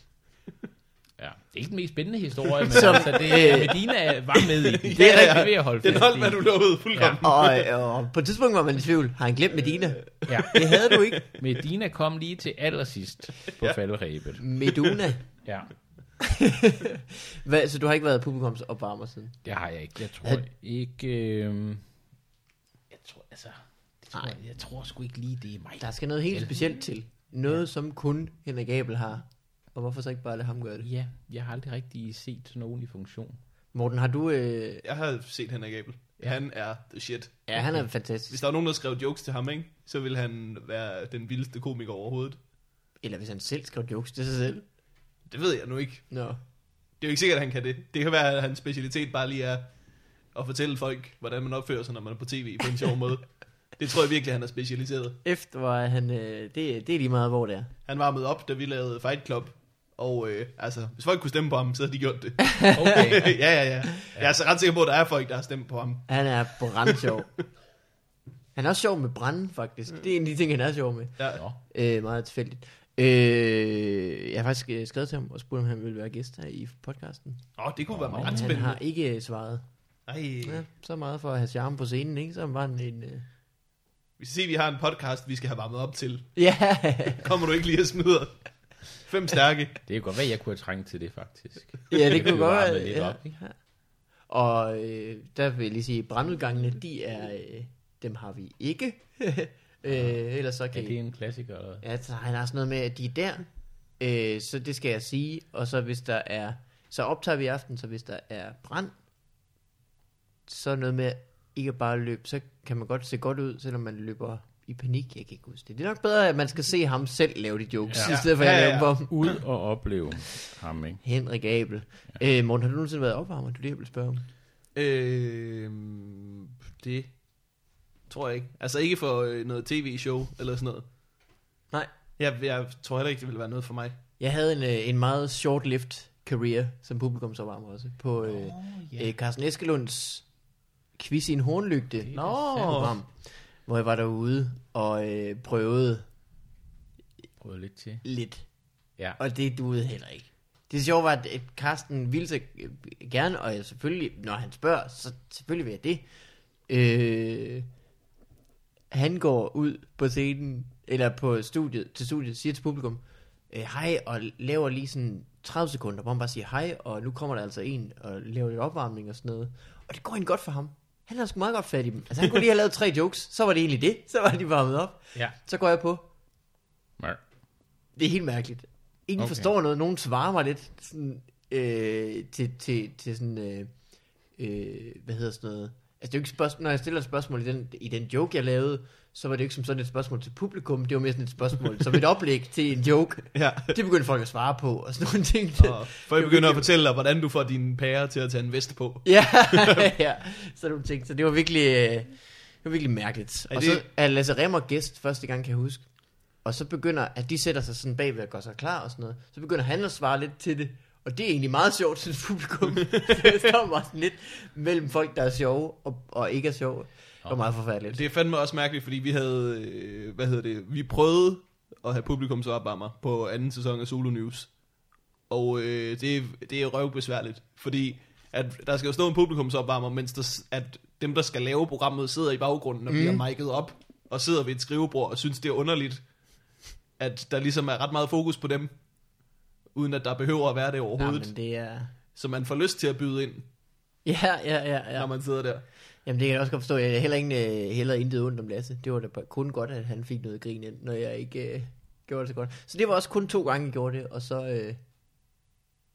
B: Ja. Det er ikke den mest spændende historie, men
C: Som-
B: altså, det, ja, Medina var med i den. Det
C: er
B: Det vil jeg holde
A: Den
B: fast
A: holdt,
B: i.
A: hvad du lovede fuldkommen. Ja.
C: Og, øh, og på et tidspunkt var man i tvivl. Har han glemt Medina?
B: Ja.
C: Det havde du ikke.
B: Medina kom lige til allersidst på ja. faldrebet.
C: Meduna.
B: Ja,
C: Hvad, så du har ikke været publikumsopvarmer siden?
B: det har jeg ikke. Jeg tror
C: Had-
B: ikke... Øh... Jeg tror, altså... Det tror,
C: Nej.
B: jeg, jeg tror sgu ikke lige, det er mig.
C: Der skal noget helt specielt til. Noget, som kun Henrik Abel har. Og hvorfor så ikke bare lade ham gøre det?
B: Ja, jeg har aldrig rigtig set sådan nogen i funktion.
C: Morten, har du... Øh...
A: Jeg har set Henrik Abel. Han er the shit.
C: Ja, han er
A: Hvis
C: fantastisk.
A: der var nogen, der skrev jokes til ham, ikke? så ville han være den vildeste komiker overhovedet.
C: Eller hvis han selv skrev jokes til sig selv.
A: Det ved jeg nu ikke.
C: Nå.
A: Det er jo ikke sikkert, at han kan det. Det kan være, at hans specialitet bare lige er at fortælle folk, hvordan man opfører sig, når man er på tv på en sjov måde. Det tror jeg virkelig, han er specialiseret.
C: Efter var han... Øh... Det, det er lige meget, hvor det er.
A: Han var med op, da vi lavede Fight Club. Og øh, altså, hvis folk kunne stemme på ham, så havde de gjort det.
B: Okay.
A: ja, ja, ja. Jeg er altså ret sikker på, at der er folk, der har stemt på ham.
C: Han er brandsjov. han er også sjov med branden, faktisk. Det er en af de ting, han er sjov med.
A: Ja.
B: Nå.
C: Øh, meget tilfældigt. Øh, jeg har faktisk øh, skrevet til ham og spurgt, om han ville være gæst her i podcasten.
A: Åh, det kunne være
B: Nå,
A: meget
C: Han har
A: spændende.
C: ikke øh, svaret.
A: Ej.
C: Ja, så meget for at have charme på scenen, ikke? Så var han en... Øh...
A: Vi skal se, at vi har en podcast, vi skal have varmet op til.
C: Ja,
A: Kommer du ikke lige og smider fem stærke?
B: Det kan godt være, jeg kunne have trængt til det, faktisk.
C: ja det
B: blev
C: kunne godt
B: varmet
C: være.
B: lidt
C: Ja.
B: op, ikke?
C: Og øh, der vil jeg lige sige, at brandudgangene, de er... Øh, dem har vi ikke. øh, ellers så
B: Er
C: kan I-
B: det en klassiker? Eller? hvad?
C: Ja, så han har sådan noget med, at de er der, øh, så det skal jeg sige, og så hvis der er, så optager vi i aften, så hvis der er brand, så noget med ikke bare at løbe, så kan man godt se godt ud, selvom man løber i panik, jeg kan ikke huske det. Det er nok bedre, at man skal se ham selv lave de jokes, ja. i stedet for at
A: Ja,
C: jeg
A: ja,
C: laver
A: ja.
C: dem for ham.
B: Ud og opleve ham, ikke?
C: Henrik Abel. Ja. Øh, Morten, har du nogensinde været opvarmer? Det er det, jeg vil spørge om.
A: Øh, det tror jeg ikke. Altså ikke for øh, noget tv-show eller sådan noget.
C: Nej.
A: Jeg, jeg tror heller ikke, det ville være noget for mig.
C: Jeg havde en, øh, en meget short-lived career som publikumsopvarmer også, på øh, oh, yeah. øh, Carsten Eskelunds quiz i en hornlygte program, hvor jeg var derude og øh, prøvede
B: Prøv lidt til.
C: lidt,
B: Ja.
C: og det duede heller ikke. Det sjove var, at at Carsten ville så øh, gerne, og jeg selvfølgelig, når han spørger, så selvfølgelig vil jeg det. Øh, han går ud på scenen, eller på studiet, til studiet, siger til publikum, øh, hej, og laver lige sådan 30 sekunder, hvor han bare siger hej, og nu kommer der altså en, og laver lidt opvarmning og sådan noget. Og det går egentlig godt for ham. Han har sgu meget godt fat i dem. Altså han kunne lige have lavet tre jokes, så var det egentlig det. Så var de varmet op.
B: Ja.
C: Så går jeg på,
B: Mør.
C: det er helt mærkeligt. Ingen okay.
B: Okay.
C: forstår noget. Nogen svarer mig lidt sådan, øh, til, til, til sådan, øh, øh, hvad hedder sådan noget. Altså det er jo ikke et spørgsmål, når jeg stiller et spørgsmål i den, i den joke, jeg lavede, så var det jo ikke som sådan et spørgsmål til publikum, det var mere sådan et spørgsmål som et oplæg til en joke.
A: Ja.
C: Det begyndte folk at svare på, og sådan nogle ting.
A: Og for jeg begynder at fortælle dig, hvordan du får dine pærer til at tage en vest på.
C: Ja, ja, sådan nogle ting. Så det var virkelig, øh, det var virkelig mærkeligt.
A: Er
C: og
A: det-
C: så er Lasse Remmer gæst første gang, kan jeg huske. Og så begynder, at de sætter sig sådan bagved og gør sig klar og sådan noget. Så begynder han at svare lidt til det. Og det er egentlig meget sjovt, synes publikum. Så jeg står bare sådan lidt mellem folk, der er sjove og, og ikke er sjove. Det var meget forfærdeligt.
A: Altså, Det er fandme også mærkeligt, fordi vi havde, øh, hvad hedder det, vi prøvede at have publikumsopvarmer på anden sæson af Solo News. Og øh, det, er- det er røvbesværligt, fordi at der skal jo stå en publikumsopvarmer, mens der, s- at dem, der skal lave programmet, sidder i baggrunden og bliver mm. mic'et op, og sidder ved et skrivebord og synes, det er underligt, at der ligesom er ret meget fokus på dem, uden at der behøver at være det
C: Nej,
A: overhovedet.
C: men det er...
A: Så man får lyst til at byde ind,
C: Ja, ja, ja,
A: ja. når
C: ja.
A: man sidder der.
C: Jamen det kan jeg også godt forstå. Jeg er heller, ingen, øh, heller intet ondt om Lasse. Det var da bare kun godt, at han fik noget grin ind, når jeg ikke øh, gjorde det så godt. Så det var også kun to gange, jeg gjorde det, og så øh,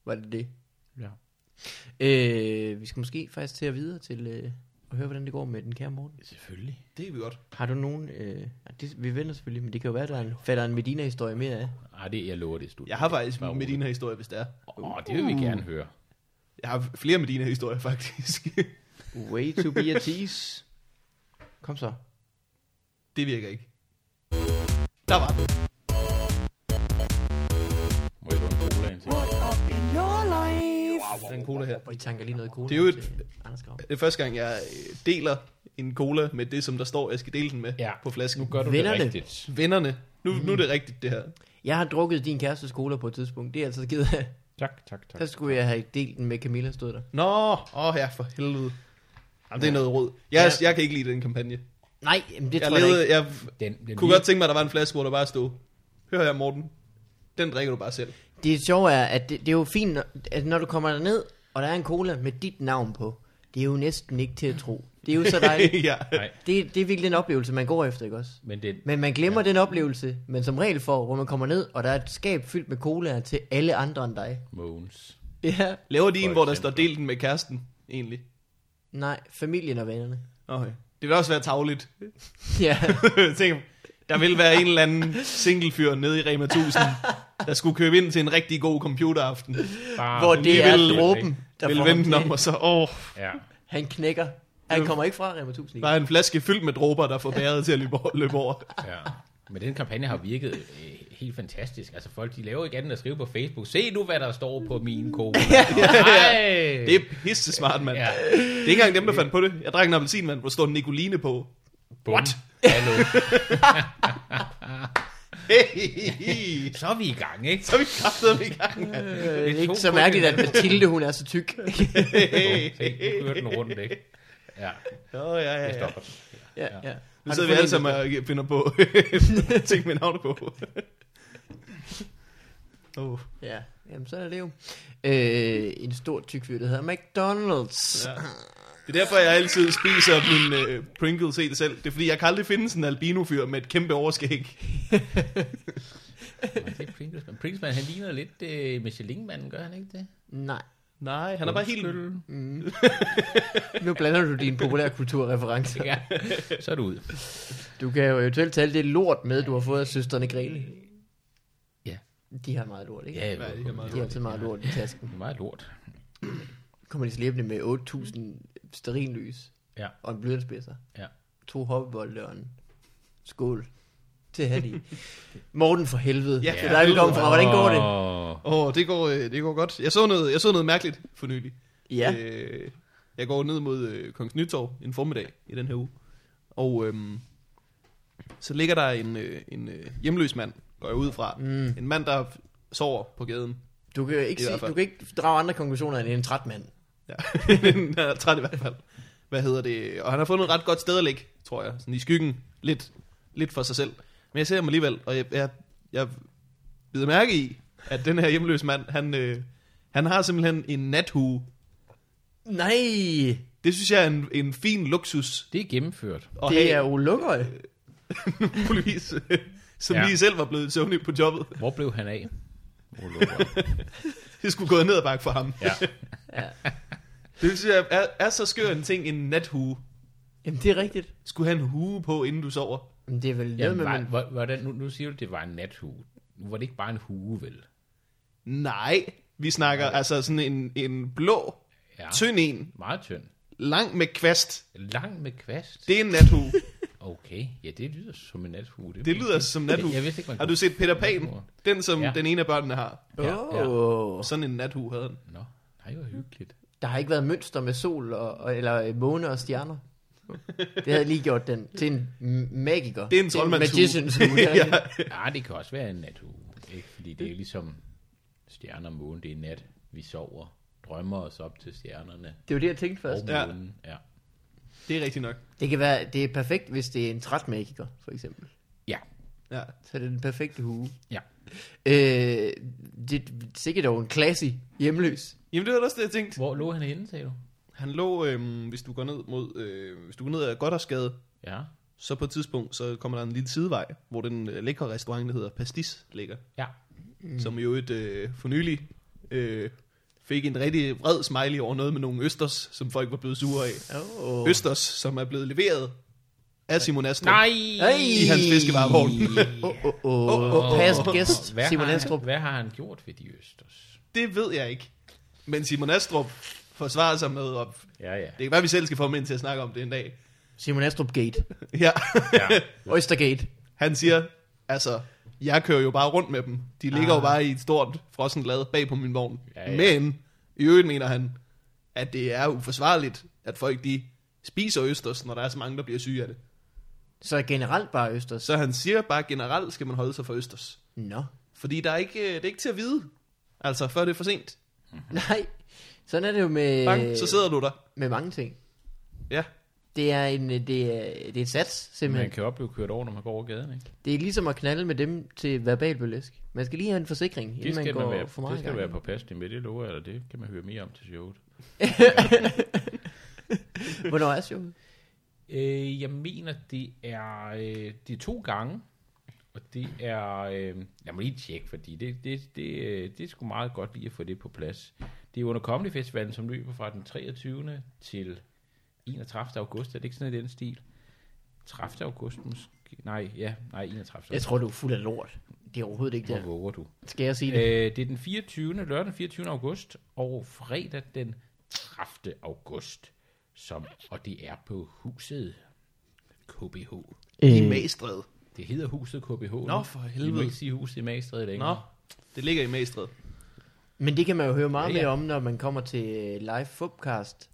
C: var det det.
B: Ja.
C: Øh, vi skal måske faktisk til at videre til øh, at høre, hvordan det går med den kære morgen.
B: Selvfølgelig.
A: Det er vi godt.
C: Har du nogen... Øh, ja, det, vi venter selvfølgelig, men det kan jo være, der er en, falder en Medina-historie mere af.
B: Ej, det jeg lover det, slut.
A: Jeg har faktisk
B: Bare
A: med
B: rolig.
A: din her historie, hvis det er.
B: Åh, det vil vi gerne høre.
A: Jeg har flere med dine historier, faktisk.
C: Way to be a tease. Kom så.
A: det virker ikke. Der var den.
B: Må jeg få en cola ind til?
A: den cola her.
C: Og I tanker lige noget cola.
A: Det er jo et-
C: til Anders Grav.
A: Det er første gang, jeg øh, deler en cola med det, som der står, jeg skal dele den med
B: Ja.
A: på flasken.
B: Nu gør du
C: Vennerne.
B: det rigtigt.
A: Vennerne. Nu, mm. nu er det rigtigt, det her.
C: Jeg har drukket din kærestes cola på et tidspunkt. Det er jeg altså ked af.
B: Tak, tak, tak.
C: Der skulle jeg have delt den med Camilla, stod der.
A: Nå, åh ja, for helvede. Jamen, det er noget råd. Jeg, ja. jeg kan ikke lede den kampagne.
C: Nej, jamen, det
A: Jeg,
C: tror jeg,
A: levede,
C: ikke.
A: jeg
B: Den, den
A: kunne godt tænke mig, at der var en flaske, hvor der bare stod, hør her Morten, den drikker du bare selv.
C: Det sjove er, at det, det er jo fint, når- at når du kommer derned, og der er en cola med dit navn på, det er jo næsten ikke til at tro. Det er jo så dejligt.
A: ja.
B: Nej,
C: Det, det er virkelig en oplevelse, man går efter, ikke også?
B: men den,
C: Men man glemmer ja. den oplevelse, man som regel får, hvor man kommer ned, og der er et skab fyldt med cola til alle andre end dig.
B: Mogens.
C: Ja.
A: Laver de en,
B: For
A: hvor der står
B: eksempel.
A: delt den med kæresten, egentlig?
C: Nej, familien og vennerne.
A: Okay. Det vil også være tavligt.
C: Ja.
A: Tænk, der vil være en eller anden singlefyr nede i Rema 1000, der skulle købe ind til en rigtig god computeraften.
B: Bare,
C: Ah, Hvor det er
A: vil-
C: dråben, der
A: vil
C: får
A: vende den
C: ham til-
A: om, og så, åh,
B: Ja.
C: Han knækker. Han kommer ikke fra Rema 1000 igen.
A: bare en flaske fyldt med dråber, der får bæret til at løbe over. Løbe over.
B: Ja. Men den kampagne har virket øh, helt fantastisk. Altså folk, de laver ikke andet end at skrive på Facebook. Se nu, hvad der står på min kode. Nej!
A: Det er pisse smart, mand.
B: Ja.
A: Ja. Det er ikke engang dem, der fandt på det. Jeg drak en appelsinvand, hvor der står Nicoline på.
B: What? Hallo.
A: Hey,
B: Så er vi i gang, ikke?
A: så er vi kraftedeme i gang.
C: Øh, det er
B: to
C: ikke så
B: cola.
C: mærkeligt, at Mathilde hun er så tyk.
B: Hey. Se, nu kører den rundt, ikke? Ja,
A: Åh, ja, ja,
B: jeg
A: ja.
B: stopper.
C: ja, ja.
A: Nu sidder vi alle sammen og finder på ting med navne på. oh,
C: Ja, jamen så er det jo. Øh, en stor tyk fyr, der hedder McDonald's.
A: ja. Det er derfor, jeg altid spiser min øh, Pringles helt selv. Det er fordi, jeg kan aldrig finde sådan en albino-fyr med et kæmpe overskæg.
B: Nej, det er Pringles. Men Pringles, man, han ligner lidt øh, Michelin-manden, gør han ikke det?
C: Nej, Mm.
A: Nej, han er bare helt...
C: nu blander du dine populærkulturreferencer.
B: Ja, så er du ud.
C: Du kan jo eventuelt tale det lort med, du har fået af søsterne Grene.
B: Ja.
C: De har meget lort, ikke?
B: Ja,
A: Hvad er det
B: det
A: her
B: er
A: meget
C: De har altid meget lort i tasken.
B: meget lort.
C: Kommer de slæbende med 8.000 sterinlys
B: Ja.
C: og en blyantspidser.
B: Ja.
C: To hoppebolde og en skål til hat i. Morten for helvede.
A: Ja,
C: det er dig, vi kommer fra. Hvordan går det?
B: Åh,
A: Åh, oh, det, går, øh, det går godt. Jeg så noget, jeg så noget mærkeligt for nylig.
C: Ja.
A: Øh, jeg går ned mod øh, Kongens Nytorv en formiddag i den her uge. Og øhm, så ligger der en, øh, en øh, hjemløs mand, går jeg ud fra. Mm. En mand, der sover på gaden.
C: Du kan, jo ikke
A: I
C: sige,
A: hvert fald.
C: du kan ikke drage andre konklusioner end en træt mand.
A: Ja. han er træt i hvert fald. Hvad hedder det? Og han har fundet et ret godt sted at ligge, tror jeg. Sådan i skyggen. Lidt, lidt for sig selv. Men jeg ser ham alligevel, og jeg, jeg, jeg bider mærke i, at den her hjemløse mand, han, øh, han har simpelthen en nathue.
C: Nej,
A: Det synes jeg er en, en fin luksus
B: det er gennemført.
A: at have.
C: det er jo lukkøj.
A: muligvis, øh, som
B: Ja.
A: ja. lige selv var blevet søvnig på jobbet.
B: Hvor blev han af? Oh,
A: Det skulle gå ned og bakke for ham.
B: ja.
A: Det synes jeg er, er så skør en ting, en nathue.
C: Jamen, det er rigtigt.
A: Skulle have en hue på, inden du sover?
C: Jamen, det er vel noget
B: Jamen,
C: med,
B: var,
C: man...
B: hvor- hvordan, nu, nu siger du, det var en nathue. Nu var det ikke bare en hue, vel?
A: Nej. Vi snakker altså sådan en, en blå,
B: Ja.
A: tynd en,
B: Meget tynd.
A: lang med kvast.
B: Lang med kvast.
A: Det er en nathue.
B: Okay, ja, det lyder som en nathue.
A: Det lyder som nathue.
B: Jeg vidste ikke, man
A: Har
B: kunne-
A: du set Peter Pan? Den, som
B: Ja.
A: ja. den ene af børnene har.
B: Ja, ja.
C: Åh,
A: Sådan en nathue havde han.
B: Nå, nej, hvor hyggeligt.
C: Der har ikke været mønster med sol, og, og, eller øh, måne og stjerner. Det havde lige gjort den til en m- magiker.
A: Det er en
C: Til
A: troldmandshue.
C: magicians hue. ja.
B: Ja, Ah, det kan også være en nathue. Ikke? Fordi det er ligesom stjerner og månen, det er nat. Vi sover, drømmer os op til stjernerne
C: Det var det, jeg tænkte
B: og
C: først.
A: Ja.
B: månen. Ja.
A: Det er rigtigt nok.
C: Det kan være, det er perfekt, hvis det er en træt magiker, for eksempel.
B: ja.
A: Ja.
C: Så er det den perfekte hue.
B: Ja.
C: Øh, det er sikkert jo en classy hjemløs.
A: Jamen det var da også det, jeg tænkte.
B: Hvor lå han henne, sagde du?
A: Han lå, øhm, hvis du går ned mod, øh, hvis du går ned ad Goddersgade,
B: Ja.
A: Så på et tidspunkt, så kommer der en lille sidevej, hvor den øh, lækre restaurant, der hedder Pastis, ligger.
B: Ja.
A: Mm. Som jo et øh, for nylig øh, fik en rigtig vred smiley over noget med nogle østers, som folk var blevet sure af.
C: Oh.
A: Oh. Østers, som er blevet leveret af Simon Astrup.
B: Nej!
A: I hans fiskevarevogn.
C: Åh, åh, åh.
A: åh,
C: Og
A: åh.
C: past gæst,
B: Hvad
C: Simon
B: har,
C: Astrup.
B: han, hvad har han gjort ved de østers?
A: Det ved jeg ikke. Men Simon Astrup forsvarer sig med, og
B: Ja, ja.
A: det kan være, vi selv skal få ham ind til at snakke om det en dag.
C: Simon Astrup Gate.
A: Ja.
B: ja.
C: Oystergate.
A: Han siger, altså, jeg kører jo bare rundt med dem. De ligger ah. jo bare i et stort frossen lad bag på min vogn.
B: Ja,
A: Ja,
B: ja.
A: ja. Men i øvrigt mener han, at det er uforsvarligt, at folk de spiser østers, når der er så mange, der bliver syge af det.
C: Så generelt bare Østers.
A: Så han siger bare, generelt skal man holde sig for østers.
C: Nå.
A: Fordi der er ikke, øh, det er ikke til at vide, Altså, før det er for sent,
C: Nej, sådan er det jo med,
A: bang, øh... så sidder du der.
C: med mange ting.
A: Ja.
C: Det er, en, øh, det, er, det er et sats, simpelthen.
B: Man kan jo også blive kørt over, når man går over gaden, ikke?
C: Det er ligesom at knalde med dem til verbal burlesk. Man skal lige have en forsikring,
B: Det
C: inden man
B: skal, man
C: går
B: være,
C: for meget
B: det skal
C: i
B: du være
C: gang.
B: påpasselig med, det lover jeg, eller det kan man høre mere om til showet.
C: Hvornår er showet?
B: Øh, jeg mener, det er, øh, det er to gange, og det er, øh, jeg må lige tjekke, fordi det, det, det, øh, det er sgu meget godt lige at få det på plads. Det er under Comedy Festivalen, som løber fra den 23. til 31. august, er det ikke sådan noget i den stil? 30. august måske? Nej, ja, nej, 31.
C: Jeg tror, du er fuld af lort. Det er overhovedet ikke
B: Hvor
C: det.
B: våger du?
C: Skal jeg sige det?
B: Øh, det er den 24. lørdag den 24. august og fredag den 30. august, som, og det er på huset KBH.
A: I
C: Øh,
A: Magstred.
B: Det hedder huset KBH.
A: Nå, for
B: Vi må
A: helvede.
B: ikke sige huset i Magstræde længere.
A: Nå, det ligger i Magstred.
C: men det kan man jo høre meget
B: Ja, ja.
C: mere om, når man kommer til øh, live fubcast,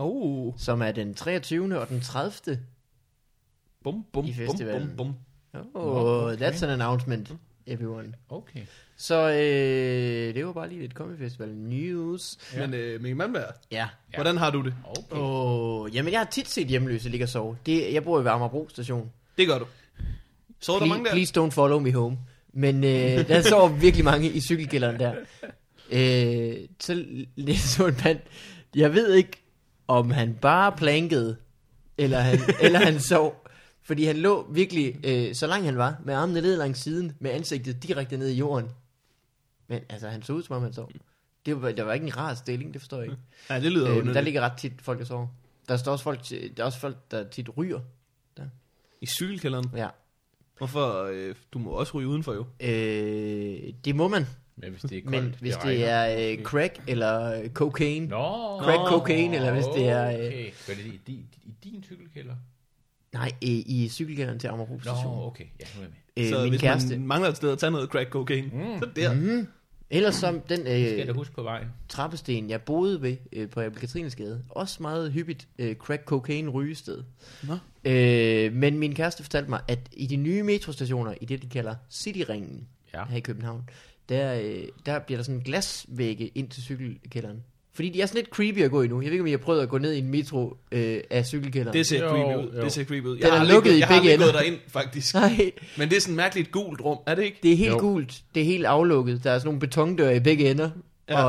A: Oh,
C: som er den 23. og den 30.
A: bum, bum,
C: I
A: bum,
C: festivalen.
A: bum, bum.
C: Oh,
B: okay.
C: that's an announcement, everyone.
B: Okay.
C: Så øh, det var bare lige lidt Comedy Festival news.
A: Ja. Men øh, Mikkel Malmberg,
C: Ja.
A: ja. hvordan har du det?
B: Okay. Oh.
C: Åh, jamen jeg har tit set hjemløse ligge og sove. Det, jeg bor jo ved Amagerbro station.
A: Det gør du. Så er der mange
C: please,
A: der?
C: please don't follow me home. Men øh, der står virkelig mange i cykelkælderen der. Øh, så l- så en mand. Jeg ved ikke, om han bare plankede, eller han, eller han sov. Fordi han lå virkelig, øh, så lang han var, med armene ned langs siden, med ansigtet direkte ned i jorden. Men altså, han så ud, som om han sov. Det var, det var ikke en rar stilling, det forstår jeg ikke.
A: Nej, det lyder øh,
C: Øh, men der
A: underligt. Ligger...
C: ligger ret tit folk, der sover. Der står også folk, til- der er også folk, der tit ryger.
A: I cykelkælderen.
C: Ja.
A: Hvorfor? Øh, du må også ryge udenfor jo.
C: Øh, det må man.
B: Men hvis det er koldt,
C: Men hvis det,
B: regner,
C: er øh,
B: måske.
C: crack eller øh, cocaine, no.
B: Nå,
C: crack cocaine, eller hvis det er, øh,
B: Okay. Gør det i, din- i din cykelkælder?
C: nej, øh, i cykelkælderen til Amagerbro
B: Nå,
C: station,
B: okay. Ja, nu er jeg med.
C: øh,
A: så
C: min
A: hvis
C: kæreste. Mhm.
A: man mangler et sted at tage noget crack cocaine, mm. så er det der. Mm.
C: Ellers som den
B: Skal jeg da
C: øh,
B: huske på vejen?
C: trappesten, jeg boede ved øh, på Abel Katrinesgade, også meget hyppigt øh, crack cocaine rygested.
A: Nå.
C: Øh, men min kæreste fortalte mig, at i de nye metrostationer, i det de kalder Cityringen
B: Ja.
C: ja. her i København, der, øh, der bliver der sådan glasvægge ind til cykelkælderen. Fordi de er sådan lidt creepy at gå i nu. Jeg ved ikke, om I har prøvet at gå ned i en metro øh, af cykelkælderen.
A: Det ser
B: Jo,
A: creepy ud.
B: jo.
A: Det ser creepy ud.
C: Den er
A: aldrig
C: lukket
A: gået-
C: i
A: jeg har
C: begge
A: aldrig gået
C: ender.
A: derind, faktisk.
C: Nej,
A: Men det er sådan mærkeligt gult rum, er det ikke?
C: Det er helt
B: Jo.
C: jo. gult, det er helt aflukket, der er sådan nogle betondøre i begge ender,
A: Ja.
C: ja.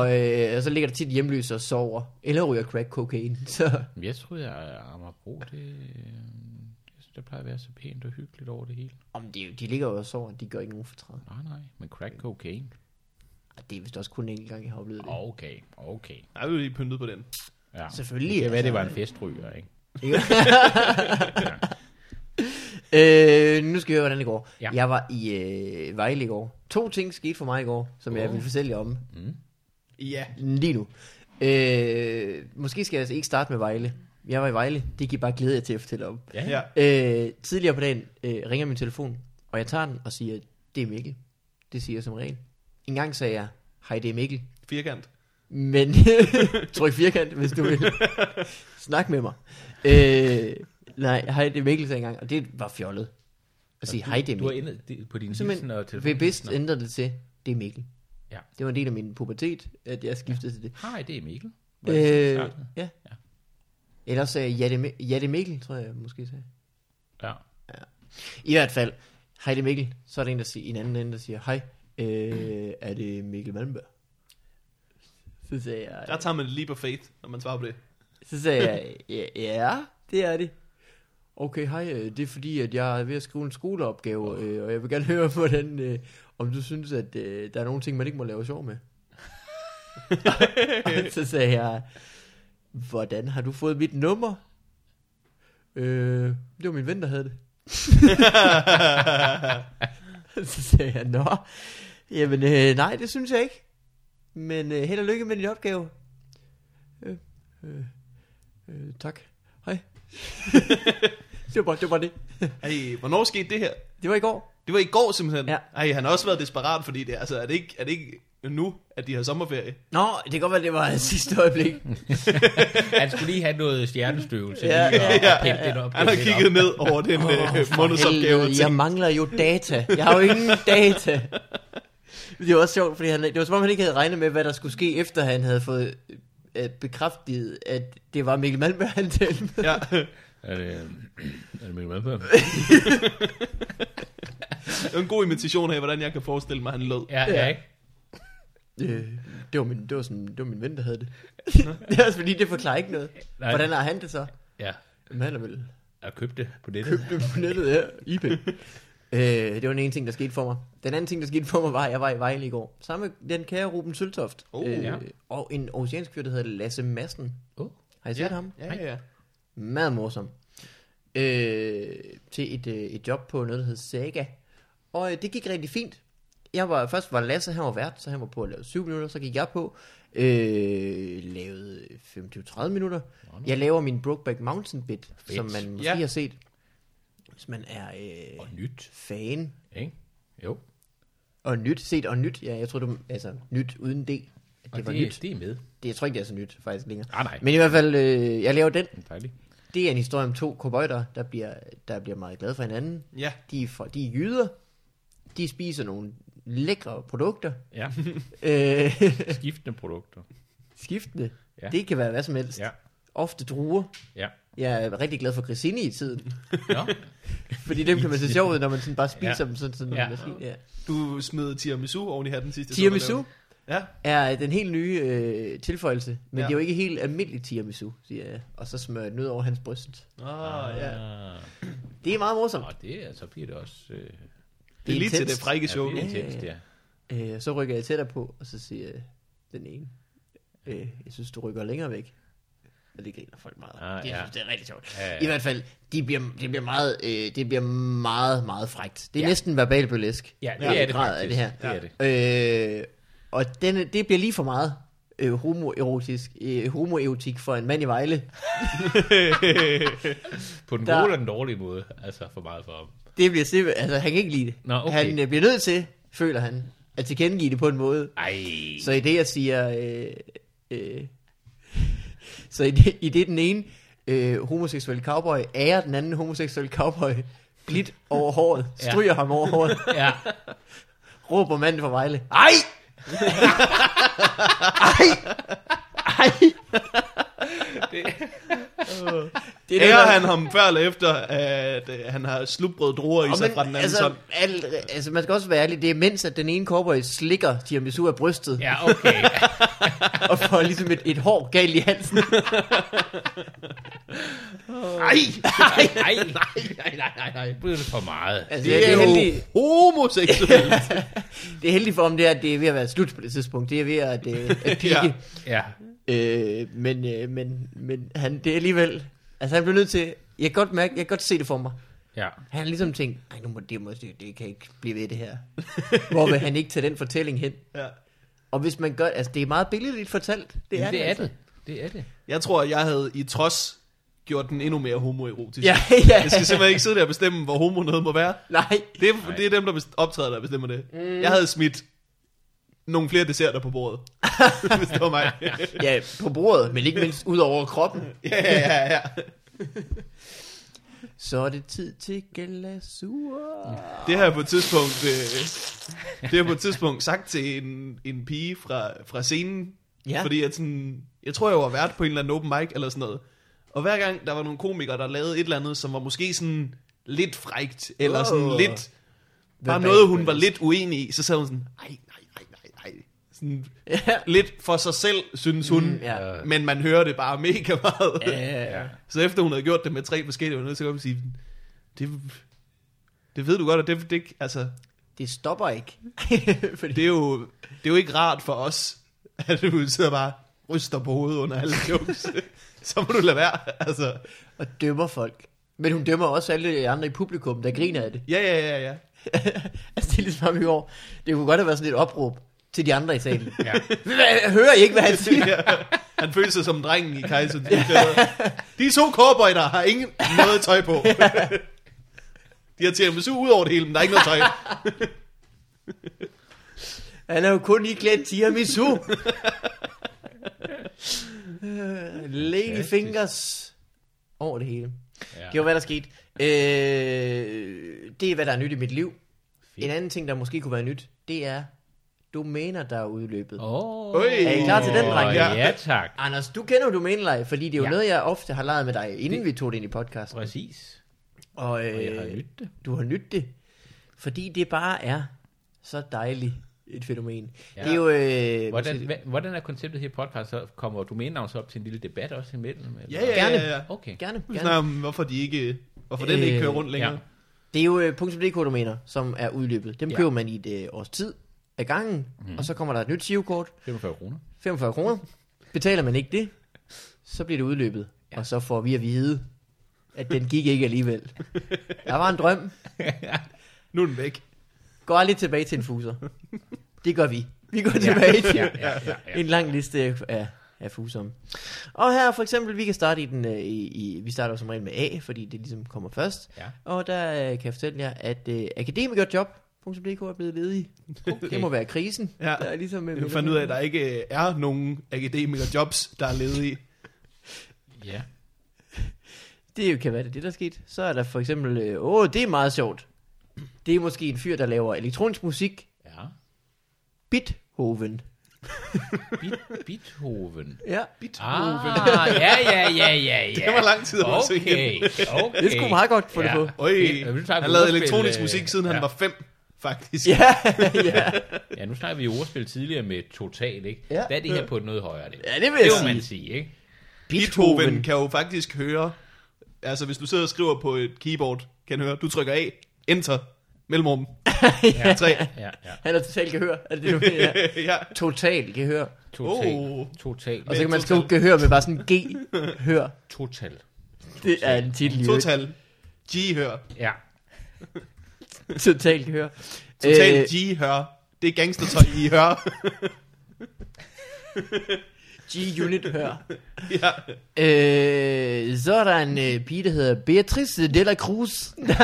C: og, øh, og så ligger der tit hjemløse og sover, eller ryger crack cocaine, så
B: Men Jeg troede, at Amagerbro, det... øh, Jeg synes, det plejer at være så pænt og hyggeligt over det hele.
C: om de, de ligger jo og sover, de gør ikke nogen fortræd.
B: Nej, nej. Men crack cocaine?
C: Ej, Det er vist også kun en enkelt gang, jeg har oplevet det.
B: Okay, okay.
A: Nej, vi er lige pyntet på den.
B: Ja.
C: Selvfølgelig,
B: Det kan være,
C: altså.
B: det var en festryger, ikke?
C: Øh, nu skal vi høre, hvordan det går.
B: Ja.
C: Ja. Jeg var i øh, Vejle i går. To ting skete for mig i går, som jeg vil fortælle jer om
B: Mm.
A: Ja.
C: lige nu. Øh, måske skal jeg altså ikke starte med Vejle. Jeg var i Vejle, det kan I bare glæde jer til at fortælle om.
B: Ja,
A: ja.
C: Øh, tidligere på dagen øh, ringer min telefon, og jeg tager den og siger, det er Mikkel. Det siger jeg som regel. En gang sagde jeg, hej, det er Mikkel.
A: Firkant.
C: Men tryk firkant, hvis du vil. Snak med mig. Øh, nej, hej, det er Mikkel, sagde jeg engang. Og det var fjollet. At sige, hej, det er
B: Altså, Du har
C: Mikkel.
B: endet det- på din hilsen og
C: Simpelthen
B: telefon.
C: bevidst ændrede det til, det er Mikkel.
B: Ja.
C: Det var en del af min pubertet, at jeg skiftede til det.
B: Hej, det er Mikkel. Var det sådan, det
C: Øh,
B: startede?
C: ja.
B: Ja.
C: Ellers sagde jeg, ja, det er Mi- ja, det er Mikkel, tror jeg, jeg måske sagde.
B: Ja.
C: I hvert fald, hej det er Mikkel. Så er der en, der siger, en anden ende, der siger, hej, øh, er det Mikkel Malmberg? Så sagde
A: Der
C: jeg,
A: tager man det lige på faith, når man svarer på det.
C: så sagde jeg ja, ja, det er det. Okay, hej, øh, det er fordi, at jeg er ved at skrive en skoleopgave, øh, og jeg vil gerne høre, hvordan, øh, om du synes, at øh, der er nogle ting, man ikke må lave sjov med. og så sagde jeg, hvordan har du fået mit nummer? Øh, det var min ven, der havde det. så sagde jeg, nå, jamen øh, nej, det synes jeg ikke. Men øh, held og lykke med din opgave. Øh, øh, øh, tak. Hej. det, var bare, det var bare det.
A: Ej, hvornår skete det her?
C: Det var i går.
A: Det var i går simpelthen.
C: Ja.
A: Ej, han har også været desperat, fordi det, altså, er, det ikke, er det ikke nu, at de har sommerferie?
C: Nå, det kan godt være, det var sidste øjeblik.
B: Han skulle lige have noget stjernestøvelse.
C: Ja,
B: lige at-
A: ja, ja,
B: at pille lidt op,
A: Han har
B: pille lidt
A: kigget
B: op.
A: ned over den oh, øh, månedsopgave. og
C: jeg
A: tænkt,
C: mangler jo data. Jeg har jo ingen data. Det var også sjovt, fordi han, det var som om, han ikke havde regnet med, hvad der skulle ske, efter han havde fået øh, bekræftet, at det var Mikkel Malmberg, han talte med.
A: Ja.
B: Er det, er det Mikkel Malmberg?
A: Det var en god imitation af, hvordan jeg kan forestille mig, han lød.
B: Ja, ja, ikke?
C: Øh, det, var min, det, var sådan, det var min ven, der havde det. det er også fordi, det forklarer ikke noget.
B: Nej.
C: Hvordan har han det så?
B: Ja,
C: Jamen, han har vel
B: jeg købte det på nettet.
C: købt det på nettet her. IP. øh, det var den ene ting, der skete for mig. Den anden ting, der skete for mig, var, at jeg var i Vejle i går. Sammen med den kære Ruben Søltoft. Øh,
A: Oh,
B: ja.
C: Og en oceansk fyr, der hedder Lasse Madsen.
B: Oh.
C: Har I set ham?
A: Ja, ja, ja.
C: meget morsom, øh, til et, øh, et job på noget, der hed Saga. Og øh, det gik rigtig fint. Jeg var, først var Lasse, han var vært, så han var på at lave 7 minutter, så gik jeg på, øh, lavede 25-30 minutter. Jeg laver min Brokeback Mountain bit,
B: Fedt.
C: som man måske
A: Ja.
C: har set, hvis man er øh,
B: Og nyt,
C: fan
B: ikke? Jo.
C: og nyt, set og nyt. Ja, jeg tror, du, altså nyt uden D. Det
B: Og
C: var
B: det,
C: nyt.
B: det, er med.
C: Det, jeg tror ikke, det er så nyt faktisk længere.
B: Ah, nej.
C: Men i hvert fald, øh, jeg laver den,
B: Dejligt.
C: det er en historie om to kobøjter, der bliver, der bliver meget glade for hinanden.
A: Ja.
C: De er, fra, de er jyder. De spiser nogle lækre produkter.
B: Ja,
C: Øh,
B: skiftende produkter.
C: skiftende.
B: Ja.
C: Ja. Det kan være hvad som helst.
B: Ja,
C: Ofte druer.
B: ja.
C: Jeg er rigtig glad for grissini i tiden.
B: Nå,
C: Fordi dem kan man se sjovt ud, når man sådan bare spiser
B: Ja.
C: ja. dem. Sådan, sådan,
B: Ja.
C: ja. Ja.
A: Du smed tiramisu oven i hatten sidste
C: Tiramisu
A: Ja.
C: er den helt nye øh, tilføjelse. Men
A: Ja.
C: ja. det er jo ikke helt almindelig tiramisu, siger jeg. Og så smører jeg den ud over hans bryst.
A: Åh, oh, ja.
B: Ah.
C: Det er meget morsomt.
B: Og det, så bliver det også... Øh,
A: Det er lige til det
C: intenst.
A: frække show.
B: ja, det er
A: Ja,
B: intenst, ja.
C: Øh, så rykker jeg tættere på, og så siger jeg, den ene, øh, jeg synes, du rykker længere væk. Og det griner folk meget.
B: Ah,
C: Ah, det, jeg
B: ja.
C: ja. synes, det er rigtig sjovt.
B: Ja,
C: Ja,
B: ja.
C: ja. I hvert fald, de bliver, det, bliver meget, øh, det bliver meget, meget frægt. Det er
B: Ja.
C: ja. næsten verbal burlesk.
B: Ja, det
C: i
B: er
C: den
B: det
C: grad
B: faktisk.
C: af det her.
B: Det er det.
C: Øh, og den, det bliver lige for meget øh, homoerotisk, øh, homoerotik for en mand i Vejle.
B: På den
C: Der-
B: gode eller den dårlige måde, altså for meget for ham.
C: Det bliver simpelthen, altså han kan ikke lide det.
B: Nå, okay.
C: Han øh, bliver nødt til, føler han, at tilkendegive det på en måde,
B: Ej,
C: Så i det, jeg siger... Øh, øh, så i det, i det den ene øh, homoseksuelle cowboy ærer den anden homoseksuelle cowboy blidt over håret,
B: Ja.
C: stryger ja. ham over håret,
B: ja.
C: råber manden fra Vejle.
B: Ej!
C: Ej! det er
A: Ærer
C: der-
A: han ham før eller efter, at øh, han har slubrød druer i
C: Og
A: sig
C: men,
A: fra den anden altså, hånd?
C: altså, al, altså, man skal også være ærlig, det er mens, at den ene cowboy slikker tiramisu af brystet,
B: Ja, okay.
C: og får ligesom et, et hår galt i halsen.
B: Ej! Ej, nej, nej, nej, nej, nej. Det er for meget.
C: Altså,
A: Det er, jo
C: heldigt-
A: homoseksuelt.
C: Det er heldigt for ham, det er, at det er ved at være slut på det tidspunkt. Det er ved at, øh, at pike.
A: Ja.
C: ja.
B: Ja,
C: Øh, men, øh, men, men han, det er alligevel... Altså han blev nødt til... Jeg kan godt mærke, jeg kan godt se det for mig.
B: ja.
C: Han har ligesom tænkt, nej, nu må det, må, det, det kan ikke blive ved det her. Hvor vil han ikke tage den fortælling hen?
A: ja.
C: Og hvis man gør... Altså det er meget billedligt fortalt. Det er
B: Jamen,
C: det.
B: det er
C: altså.
B: det. Det er det.
A: Jeg tror, jeg havde i trods gjort den endnu mere homoerotisk.
C: Ja, ja.
A: Jeg skal simpelthen ikke sidde der og bestemme, hvor homo noget må være.
C: Nej.
A: Det er, det er dem, der best- optræder, der bestemmer det. Mm. Jeg havde smidt nogle flere desserter på bordet, hvis det var mig.
C: Ja, på bordet, men ikke mindst ud over kroppen.
A: ja, ja, ja.
C: Så er det tid til glasur.
A: Det har jeg på et tidspunkt, øh, det har jeg på et tidspunkt sagt til en, en pige fra, fra scenen,
C: Ja.
A: fordi at sådan, jeg tror, jeg var vært på en eller anden open mic eller sådan noget. Og hver gang der var nogle komikere, der lavede et eller andet, som var måske sådan lidt frægt, eller sådan
C: Åh.
A: lidt, bare
C: Verbal
A: noget, hun var
C: burlesk.
A: lidt uenig i, så sagde hun sådan, nej, nej, nej, nej, nej. Sådan, lidt for sig selv, synes hun, mm,
C: ja.
A: men man hører det bare mega meget.
C: Ja.
A: Så efter hun havde gjort det med tre forskellige, var hun nødt til at gå op og sige, det, det ved du godt, og det, det, altså,
C: Det stopper ikke. Fordi
A: det, er jo, det er jo ikke rart for os, at du sidder og bare ryster på hovedet under alle jokes. så må du lade være. Altså,
C: og dømmer folk. Men hun dømmer også alle de andre i publikum, der griner af det.
A: ja, ja, ja, ja.
C: altså, det er ligesom i år. Det kunne godt have været sådan et opråb til de andre i salen.
B: Ja.
C: Hvad- Hører I ikke, hvad han siger?
A: ja. Han følte sig som drengen i Kajsons Uklæder. De to cowboyder har ingen noget tøj på. De har tiramisu ud over det hele, men der er ikke noget tøj.
C: Han er jo kun i klædt tiramisu. Øh, Lady fingers over det hele.
B: ja.
C: Det var, hvad der skete. Øh, det er, hvad der er nyt i mit liv. En anden ting, der måske kunne være nyt, det er domæner, der er udløbet. Oh.
B: Åh.
A: Øj.
C: Er I klar til den, drenge?
B: Ja, ja tak.
C: Anders, du kender jo domæneleje, fordi det er jo
B: Ja.
C: noget, jeg ofte har leget med dig, inden det... vi tog det ind i podcasten.
B: Præcis.
C: Og, øh,
B: Og jeg har nydt det.
C: Du har nydt det, fordi det bare er så dejligt et fænomen.
B: Ja.
C: Ja. Det er jo... Øh,
B: Hvordan,
C: måske-
B: hva- hvordan er konceptet her i podcast? Så kommer domænenavn så op til en lille debat også imellem? Eller?
A: Ja, ja,
C: Gerne.
A: ja, ja. ja.
B: Okay.
C: Gerne,
A: Vi
C: gerne.
A: snakker om, hvorfor, de ikke, hvorfor den ikke
C: Øh,
A: kører rundt længere.
B: ja.
C: Det er jo øh, .dk-domæner, som er udløbet. Dem
B: Ja. Mhm.
C: ja. køber man i et øh, års tid af gangen, mm. og så kommer der et nyt SIO-kort,
B: 45 kroner.
C: 45 kroner. Betaler man ikke det, så bliver det udløbet. Ja. Og så får vi at vide, at den gik ikke alligevel. Der var en drøm.
A: Nu er den væk.
C: Gå aldrig tilbage til en fuser. Det gør vi. Vi går tilbage til
B: Ja, ja, ja, ja.
C: en lang liste af, af fuser. Og her for eksempel, vi kan starte i den, øh, i, i, vi starter jo som regel med A, fordi det ligesom kommer først.
B: Ja.
C: Og der øh, kan jeg fortælle jer, at øh, akademikerjob.dk er blevet ledig. Okay. Det må være krisen.
A: Ja.
C: Der er ligesom,
A: Jeg fandt ud af, at der ikke øh, er nogen akademikere jobs, der er ledige.
B: ja.
C: Det jo kan være det, er det der er sket. Så er der for eksempel, øh, åh, det er meget sjovt. Det er måske en fyr, der laver elektronisk musik.
B: ja.
C: Bithoven.
B: Bit- Beethoven.
C: Ja.
B: Beethoven. Ah, ja, ja, ja, ja, ja.
A: Det var lang tid om at
B: Okay,
A: tænke
B: okay.
A: igen.
C: Det er sgu meget godt få det på.
A: Øj,
B: Ja, nu snakker vi
A: han lavede
B: ordspil,
A: elektronisk
B: øh,
A: musik, siden
B: ja.
A: han var fem, faktisk.
C: Ja, ja.
B: Ja, nu snakker vi jo ordspil tidligere med total, ikke?
C: Ja.
B: Hvad er det her på et noget højere niveau?
C: Ja, det vil
B: Det
C: jeg
B: må man
C: sige.
B: sige, ikke?
A: Beethoven kan jo faktisk høre, altså hvis du sidder og skriver på et keyboard, kan han høre, du trykker af, enter, mellemrum,
C: ja.
A: tre.
B: Ja, ja.
C: Han er totalt gehør. Er det det, du mener? Ja.
A: ja.
C: Total gehør.
B: Total.
A: Oh.
B: Total.
C: Og så kan man
A: Total.
C: skrive gehør med bare sådan G. Hør.
B: Total.
C: Det er en titel. i øvrigt.
A: Total G-hør.
B: Ja.
C: Total gehør.
A: Total
C: Øh,
A: G-hør. Det er gangstertøj, I hører.
C: G-unit hør.
A: ja.
C: Øh, så er der en øh, pige, der hedder Beatrice de la Cruz.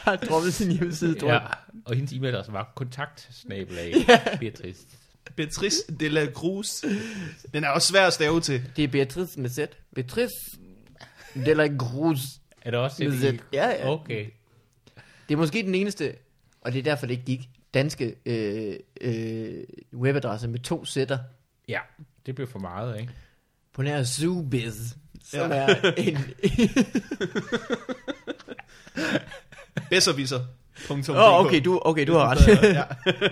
C: har droppet sin hjemmeside, tror
B: ja.
C: jeg.
B: Og hendes e-mail også var kontakt-snabelag. Beatrice.
A: Beatrice de la Cruz. Den er også svær at stave til.
C: Det er Beatrice med Z. Beatrice de la Cruz.
B: Er der også
C: Med
B: et
C: Z. Ja, ja.
B: Okay.
C: Det er måske den eneste, og det er derfor, det ikke gik, danske øh, øh, webadresse med to sætter
B: Ja, det blev for meget, ikke?
C: på nær Zoobiz, som
A: Ja.
C: ja. er en...
A: Besserviser. Punktum.
C: Åh, oh, okay, du, okay, du har ret.
A: ja.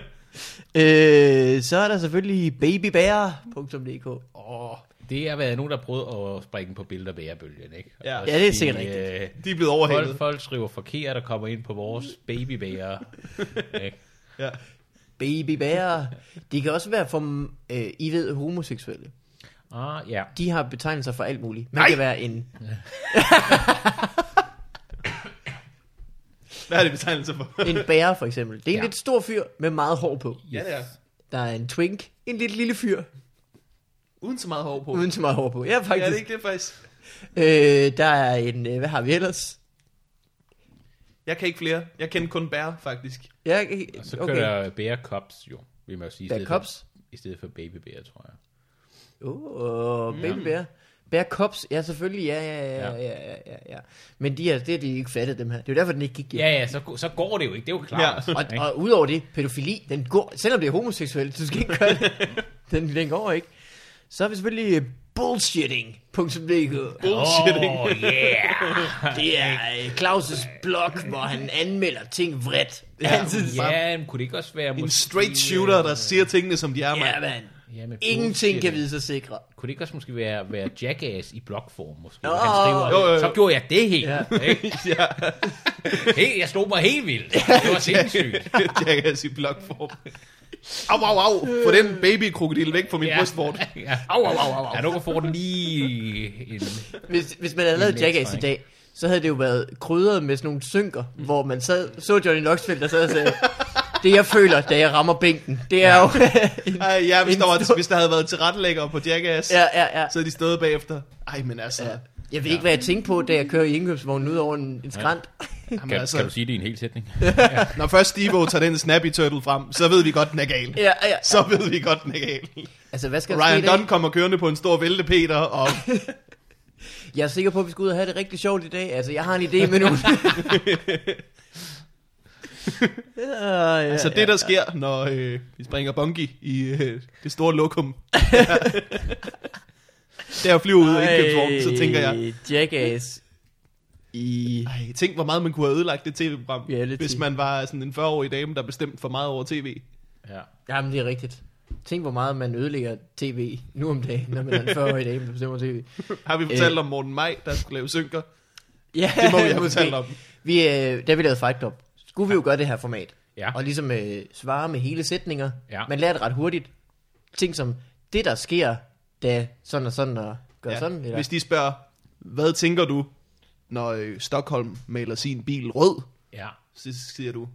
C: øh, så er der selvfølgelig babybærer.dk.
B: Åh, det har været nogen, der prøvede at springe på billederbærebølgen, ikke?
A: Ja.
B: Og
A: Ja,
C: det er
B: sige,
C: sikkert rigtigt.
B: øh,
A: De er blevet
B: Folk,
A: overhældet.
B: folk skriver forkert og kommer ind på vores babybæger. ikke?
A: Ja.
C: Babybærer. Det kan også være for, øh, I ved, homoseksuelle.
B: Ah, ja.
C: De har betegnelser for alt muligt. Man
A: Nej!
C: kan være en...
A: Hvad er det betegnelse for?
C: En bærer, for eksempel. Det er en
B: Ja.
C: ja. lidt stor fyr med meget hår på.
A: ja, det er.
C: Der er en twink. En lidt lille fyr,
A: Uden så meget hår på.
C: uden så meget hår på. Ja,
A: Ja, det
C: faktisk.
A: er ikke det faktisk.
C: Øh, der er en, øh, hvad har vi ellers?
A: Jeg kan ikke flere. Jeg kender kun bær, faktisk.
C: Ja, okay.
B: Og så kører okay. der bære cops, jo. Vi må jo sige, i
C: Bear
B: stedet
C: Cops?
B: For, i stedet for babybæger, tror jeg.
C: Åh, oh, Baby Bear. Bear Cops, ja selvfølgelig, ja, ja, ja,
B: Ja.
C: ja, ja, ja, ja. Men de her, det har de ikke fattet, dem her. Det er jo derfor, den ikke gik.
B: Ja, ja, så, go- så går det jo ikke. Det er jo klart.
A: Ja.
C: Og, og udover det, pædofili, den går, selvom det er homoseksuelt, så du skal ikke gøre det. Den, den går ikke. Så har vi selvfølgelig øh, bullshitting.dk.
A: Bullshitting.
B: Åh, yeah.
C: Det er øh, Claus' blog, hvor han anmelder ting vredt. Ja, han synes, ja,
B: ja, men kunne det ikke også være
A: En
B: måske,
A: straight shooter, der siger tingene, som de er, mand.
C: øh, ja man.
B: Ja, men
C: Ingenting kan vide sig sikre.
B: Kunne det ikke også måske være, være jackass i blogform, måske?
C: Åh.
B: Oh, han skriver,
A: Jo, jo, jo.
B: Så gjorde jeg det helt.
C: Ja.
B: Ikke?
A: Ja,
B: helt. Jeg slog mig helt vildt. Det var sindssygt.
A: Jackass i blokform. Au, au, au.
C: Øh.
A: Få den babykrokodil væk fra min
B: Ja.
A: brystvort.
B: Ja. Au, au, au, au, au. Ja, nu kan få den lige en...
C: Hvis, hvis man havde lavet
B: Lidt,
C: Jackass i
B: tror jeg.
C: dag, så havde det jo været krydret med sådan nogle synker, mm. hvor man sad, så Johnny Knoxville, der sad og sagde, det jeg føler, da jeg rammer bænken, det er jo...
A: Ej, ja, hvis
C: En
A: der, var,
C: stor-
A: hvis der havde været tilrettelæggere på Jackass,
C: ja, ja, ja.
A: så havde de stået bagefter. Ej, men altså.
C: ja. Jeg ved ikke, hvad jeg tænkte på, da jeg kører i indkøbsvognen ud over en, en skrant.
A: Jamen,
B: Kan,
A: altså
B: kan du sige det i en hel sætning?
A: Når først Stevo tager den Snappy Turtle frem, så ved vi godt, den er gal.
C: Ja, ja.
A: Så ved vi godt, den er gal.
C: Altså, hvad skal der ske i
A: Ryan
C: dag?
A: Dunn kommer kørende på en stor vælte, Peter, og
C: Jeg er sikker på, at vi skal ud og have det rigtig sjovt i dag. Altså, jeg har en idé med nogen. Ja, ja,
A: Altså det, der sker, når øh, vi springer bungee i øh, det store lokum. der flyver ud i indkøbsvognen, så tænker jeg,
C: Jackass i...
A: ej, tænk hvor meget man kunne have ødelagt det tv-program,
C: Reality.
A: hvis man var sådan en 40-årig dame, der bestemte for meget over tv.
B: Ja.
C: Jamen, det er rigtigt. Tænk, hvor meget man ødelægger tv nu om dagen, når man er en 40-årig dame, der bestemmer tv.
A: Har vi fortalt øh. om Morten Maj, der skulle lave synker?
C: Ja,
A: Det må vi have
C: måske.
A: fortalt om.
C: Vi, øh, da vi lavede Fight Club, skulle vi jo gøre det her format.
B: Ja.
C: Og ligesom øh, svare med hele sætninger.
B: Ja.
C: Man lærer det ret hurtigt. Ting som, det der sker, da sådan og sådan og gør ja. sådan. Eller,
A: Hvis de spørger, hvad tænker du, når øh, Stockholm maler sin bil rød?
B: Ja.
A: Så siger du,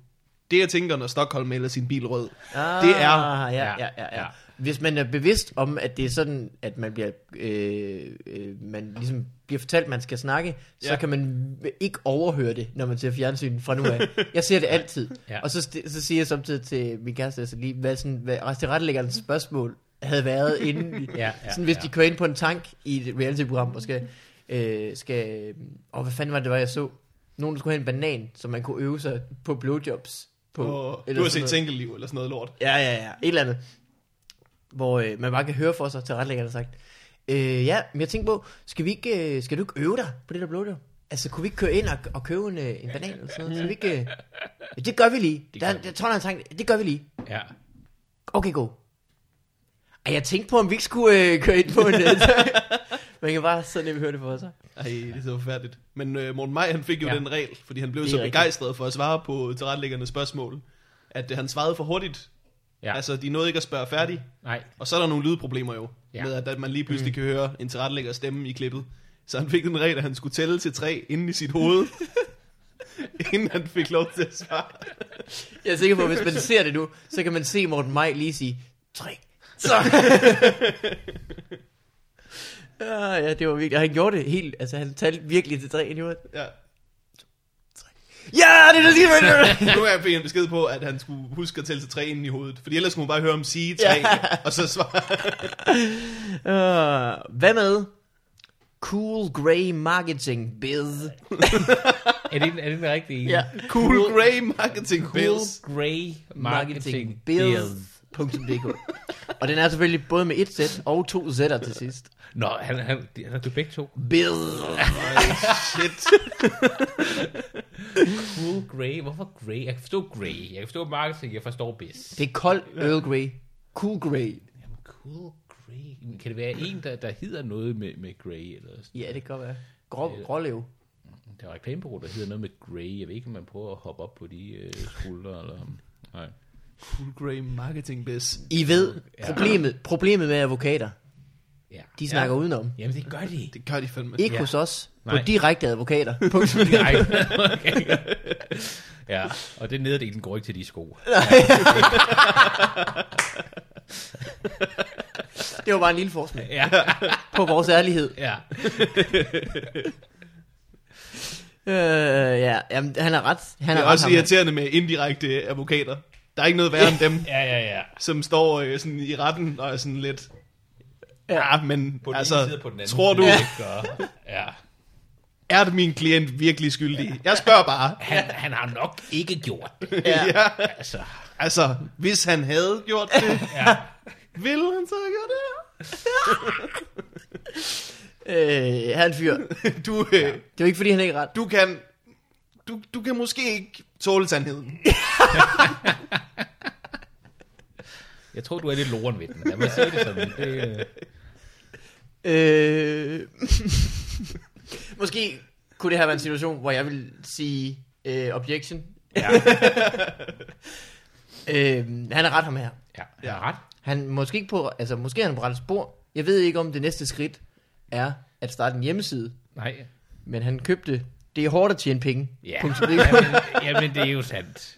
A: det jeg tænker, når Stockholm maler sin bil rød,
C: ah,
A: det er...
C: Ja, ja, ja, ja.
B: ja.
C: Hvis man er bevidst om, at det er sådan, at man bliver, øh, øh, man ligesom bliver fortalt, at man skal snakke, så
A: Ja.
C: kan man ikke overhøre det, når man ser fjernsyn fra nu af. Jeg ser det altid.
B: Ja.
C: Og så, st- så siger jeg samtidig til min kæreste, altså lige, hvad, sådan, hvad tilrettelæggerens spørgsmål havde været inden.
B: Ja, ja,
C: sådan, hvis
B: ja.
C: de kører ind på en tank i et reality-program og skal, øh, skal... Åh, hvad fanden var det, det, var, jeg så? Nogen, der skulle have en banan, så man kunne øve sig på blowjobs. På,
A: På,
C: eller
A: du har
C: sådan
A: set
C: noget.
A: Tænkeliv eller sådan noget lort.
C: Ja, ja, ja. Et eller andet. Hvor øh, man bare kan høre for sig, til retlæggeren har sagt. Øh, ja, men jeg tænkte på, skal, vi ikke, øh, skal du ikke øve dig på det der blowjob? Altså, kunne vi ikke køre ind og, og købe en, øh, en banan eller sådan noget? Skal vi ikke... Øh... Ja, det gør vi lige. Det
B: gør
C: der,
B: vi.
C: der, tror, han tænkte, det gør vi lige.
B: Ja.
C: Okay, go. Ej, jeg tænkte på, om vi ikke skulle øh, køre ind på en... Øh, man kan bare så nemt høre det for sig.
A: Ej, det er så forfærdeligt. Men øh, Morten Maj, han fik jo ja.
B: Ja.
A: den regel, fordi han blev
C: Det er
A: så
C: rigtigt.
A: begejstret for at svare på tilrettelæggernes spørgsmål, at øh, han svarede for hurtigt. Ja.
B: Ja.
A: Altså, de nåede ikke at spørge færdig.
B: Nej.
A: Og så er der nogle lydproblemer jo, ja.
B: Ja.
A: med at, at man lige pludselig mm. kan høre en tilrettelægger stemme i klippet. Så han fik den regel, at han skulle tælle til tre inden i sit hoved, inden han fik lov til at svare.
C: Jeg er sikker på, at hvis man ser det nu, så kan man se Morten Maj lige sige, tre. Så. ja, Ah, ja, det var virkelig. Og han gjorde det helt, altså han talte virkelig til tre i hovedet.
A: Ja.
C: Ja, det er det lige med
A: Nu har jeg fået en besked på, at han skulle huske at tælle til tre inden i hovedet, fordi ellers skulle man bare høre ham sige tre,
C: Ja.
A: ja. og så svare.
C: uh, Hvad med Cool Grey Marketing Biz?
B: Er det, den- er det den rigtige en?
A: Cool Grey Marketing cool.
B: Bill
A: Bills.
B: Gray Marketing Bills.
C: marketingbiz.dk Og den er selvfølgelig både med et sæt og to sætter til sidst.
B: Nå, han, han, han har du begge to.
C: Biz.
A: Shit.
B: Cool Grey. Hvorfor Grey? Jeg kan forstå Grey. Jeg kan forstå marketing. Jeg forstår Biz.
C: Det er kold Earl Grey. Cool Grey.
B: Jamen, Cool Grey. Kan det være en, der, der hedder noget med, med Grey? Eller sådan?
C: Ja, det kan godt være. Grå, grålev.
B: Der er et reklamebureau, der hedder noget med Grey. Jeg ved ikke, om man prøver at hoppe op på de øh, skuldre. Eller... Nej.
A: Cool Grey Marketing Biz.
C: I ved, problemet, problemet med advokater,
B: Ja.
C: de snakker ja. udenom.
B: Jamen, det gør de.
A: Det gør de fandme.
C: Ikke ja. hos os, på
B: Nej.
C: direkte advokater.
B: Nej. Okay. ja, og den nederdelen går ikke til de sko.
C: det var bare en lille forsmag
B: Ja,
C: på vores ærlighed.
B: ja.
C: Øh, ja, jamen, han er ret. Han
A: Det
C: er,
A: er
C: ret
A: også
C: ham her.
A: irriterende med indirekte advokater. Der er ikke noget værre end dem,
B: Ja, ja, ja.
A: som står øh, sådan i retten og er sådan lidt...
C: Ja.
A: Ja, men
B: På den altså, ene
A: altså,
B: side og på den anden
A: tror du,
B: side, ikke? Og, ja.
A: er det min klient virkelig skyldig? Jeg spørger bare.
B: Han, han har nok ikke gjort det.
A: Ja. ja.
B: Altså,
A: Altså, hvis han havde gjort det,
B: ja.
A: ville han så have gjort det?
C: Øh, han er en fyr.
A: Du, øh,
C: Det er jo ikke, fordi han ikke er ret.
A: du kan... Du, du kan måske ikke tåle sandheden.
B: Jeg tror, du er lidt loren ved den. Lad mig sige det sådan. Det, øh,
C: Øh, måske kunne det her være en situation, hvor jeg vil sige øh, objection.
B: ja,
C: Øh, han er ret ham her.
B: ja, han har ret.
C: Han måske ikke på, altså måske er han på rette spor. Jeg ved ikke, om det næste skridt er at starte en hjemmeside.
B: Nej.
C: Men han købte, det er hårdt at tjene penge.
B: Ja.
C: Punktum.
B: Jamen, jamen, det er jo sandt.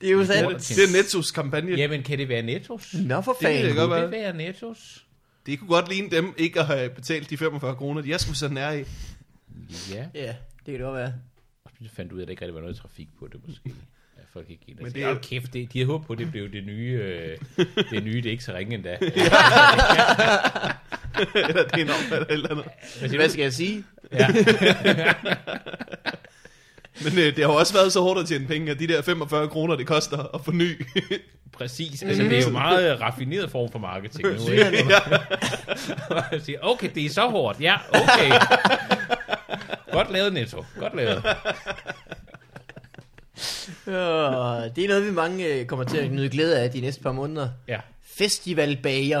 C: Det er jo
A: Det
C: sandt.
A: er, det er Nettos kampagne.
B: Jamen, kan det være Nettos?
C: Nå for
A: Det kan det
C: fanden.
A: godt
B: Kunne det
A: være.
B: være Nettos?
A: Det kunne godt ligne dem ikke at have betalt de 45 kroner, de er sgu så nære i.
B: Ja.
C: Ja, det kan det godt være.
B: Og så fandt ud af, at der ikke rigtig var noget trafik på det, måske. Ja, folk ikke gik
A: Men
B: Men
A: det
B: det
A: er-
B: er... kæft, det, de havde håbet på, at det blev det nye, øh, det nye, det er ikke så ringe endda.
A: Eller det er en omfatter eller andet.
B: Hvad siger
C: Hvad
B: du?
C: skal jeg sige?
B: Ja.
A: Men øh, det har jo også været så hårdt at tjene penge, at de der 45 kroner, det koster at forny.
B: Præcis, altså det er jo en meget øh, raffineret form for marketing nu, ikke? Jeg siger, okay, det er så hårdt, ja, okay. Godt lavet, Netto, godt lavet.
C: Øh, det er noget, vi mange øh, kommer til at nyde glæde af de næste par måneder.
B: Ja.
C: Festivalbager.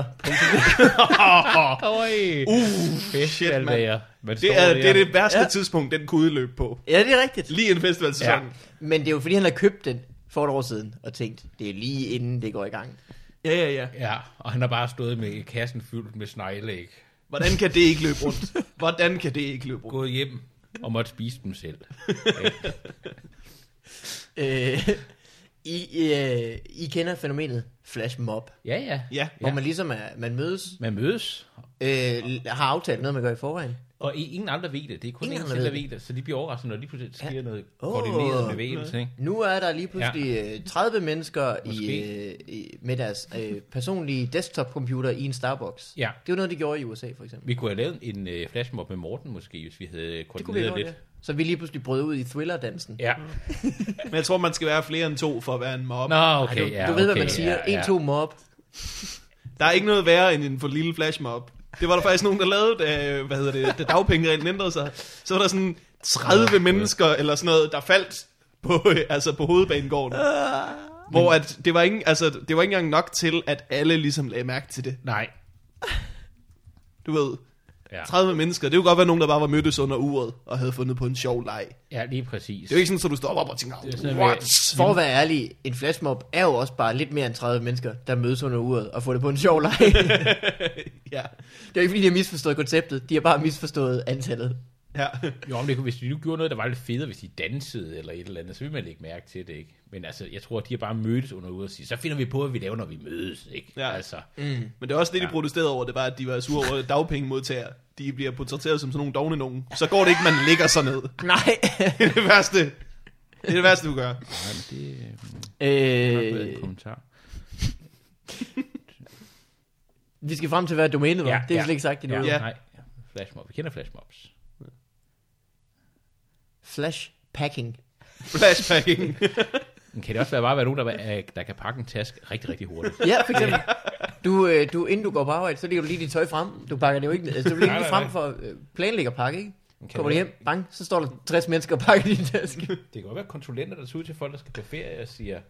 B: Øj, uh,
A: shit, mand.
B: festivalbager. Man
A: Det
B: står
A: er,
B: der.
A: det er det værste ja.
C: Ja.
A: tidspunkt, den kunne udløbe på.
C: Ja, det er rigtigt.
A: Lige en festivalsæson.
B: Ja.
C: Men det er jo fordi, han har købt den for et år siden og tænkt, det er lige inden det går i gang.
A: Ja, ja, ja.
B: Ja, og han har bare stået med kassen fyldt med snegleæg.
A: Hvordan kan det ikke løbe rundt? Hvordan kan det ikke løbe rundt?
B: Gået hjem og måtte spise dem selv.
C: Øh, I, øh, I kender fænomenet flash mob,
B: Ja, ja.
A: Ja.
C: hvor man ligesom er, man mødes,
B: Man mødes,
C: øh, har aftalt noget, man gør i forvejen.
B: og i- ingen andre ved det. Det er kun
C: Ingen
B: en
C: andre
B: selv, der
C: ved
B: ved det. Så de bliver overrasket, når lige pludselig sker
C: Ja.
B: noget
C: Åh.
B: koordineret bevægelse. Ikke?
C: Nu er der lige pludselig øh, 30 mennesker i,
B: Måske.
C: øh, i, med deres øh, personlige desktop-computer i en Starbucks.
B: Ja.
C: Det var noget, de gjorde i USA for eksempel.
B: Vi kunne have lavet en øh, flashmob med Morten måske, hvis vi havde øh,
C: Det kunne vi Mm.
B: koordineret
C: have
B: lidt.
C: gjort, ja. Så vi lige pludselig brød ud i thriller-dansen.
B: Ja.
A: Men jeg tror, man skal være flere end to for at være en mob.
B: Nå,
C: Ej,
B: okay.
C: du,
B: ja,
C: du ved,
B: okay,
C: hvad man siger.
B: Ja, ja.
C: 1-2 mob.
A: Der er ikke noget værre end en for lille flashmob. Det var der faktisk nogen, der lavede, da, hvad hedder det, da dagpengereglen ændrede sig. Så var der sådan 30 mennesker eller sådan noget, der faldt på, øh, altså på hovedbanegården. Ah. Hvor at det, var ikke, altså, det var ikke engang nok til, at alle ligesom lagde mærke til det.
B: Nej.
A: Du ved,
B: Ja.
A: 30 mennesker, det kunne godt være nogen, der bare var mødtes under uret og havde fundet på en sjov leg.
B: ja, lige præcis.
A: Det er jo ikke sådan, at du står op og tænker,
B: er sådan,
A: what?
C: For at være ærlig, en flashmob er jo også bare lidt mere end 30 mennesker, der mødes under uret og får det på en sjov leg. det
A: Ja,
C: er jo ikke fordi, de har misforstået konceptet. De har bare misforstået antallet.
A: ja.
B: Jo, men det kunne, hvis vi nu gjorde noget, der var lidt federe, hvis de dansede eller et eller andet, så ville man lægge mærke til det, ikke? Men altså, jeg tror, at de har bare mødtes under ude og sige, så finder vi på, hvad vi laver, når vi mødes, ikke?
A: Ja.
B: Altså,
A: Men det er også det, de protesterede over, det var, at de var sure over at dagpengemodtagere. De bliver portrætteret som sådan nogle dogne nogen. Så går det ikke, man ligger sig ned.
C: Nej.
A: Det er det værste. Det er det værste, du gør.
B: nej, men det øh, nok været
C: øh,
B: en kommentar.
C: vi skal frem til, hvad domænet var. Ja, det er ja, slet ikke sagt endnu.
B: ja,
C: Ja.
A: Ja.
B: ja. Nej, flashmob. Vi kender flashmobs.
C: Flash packing.
A: Flashbacking.
B: Men kan det også være bare være nogen, der, øh, der kan pakke en task rigtig, rigtig hurtigt?
C: Ja, for eksempel. Du, øh, du, inden du går på arbejde, så lægger du lige dit tøj frem. Du pakker det jo ikke ned. Altså, du lægger
B: Nej,
C: det
B: nej,
C: frem for at øh, planlægge at pakke, ikke?
B: Okay.
C: Kommer du hjem, bang, så står der 60 mennesker og pakker din taske.
B: Det kan godt være konsulenter, der tager ud til folk, der skal på ferie og siger,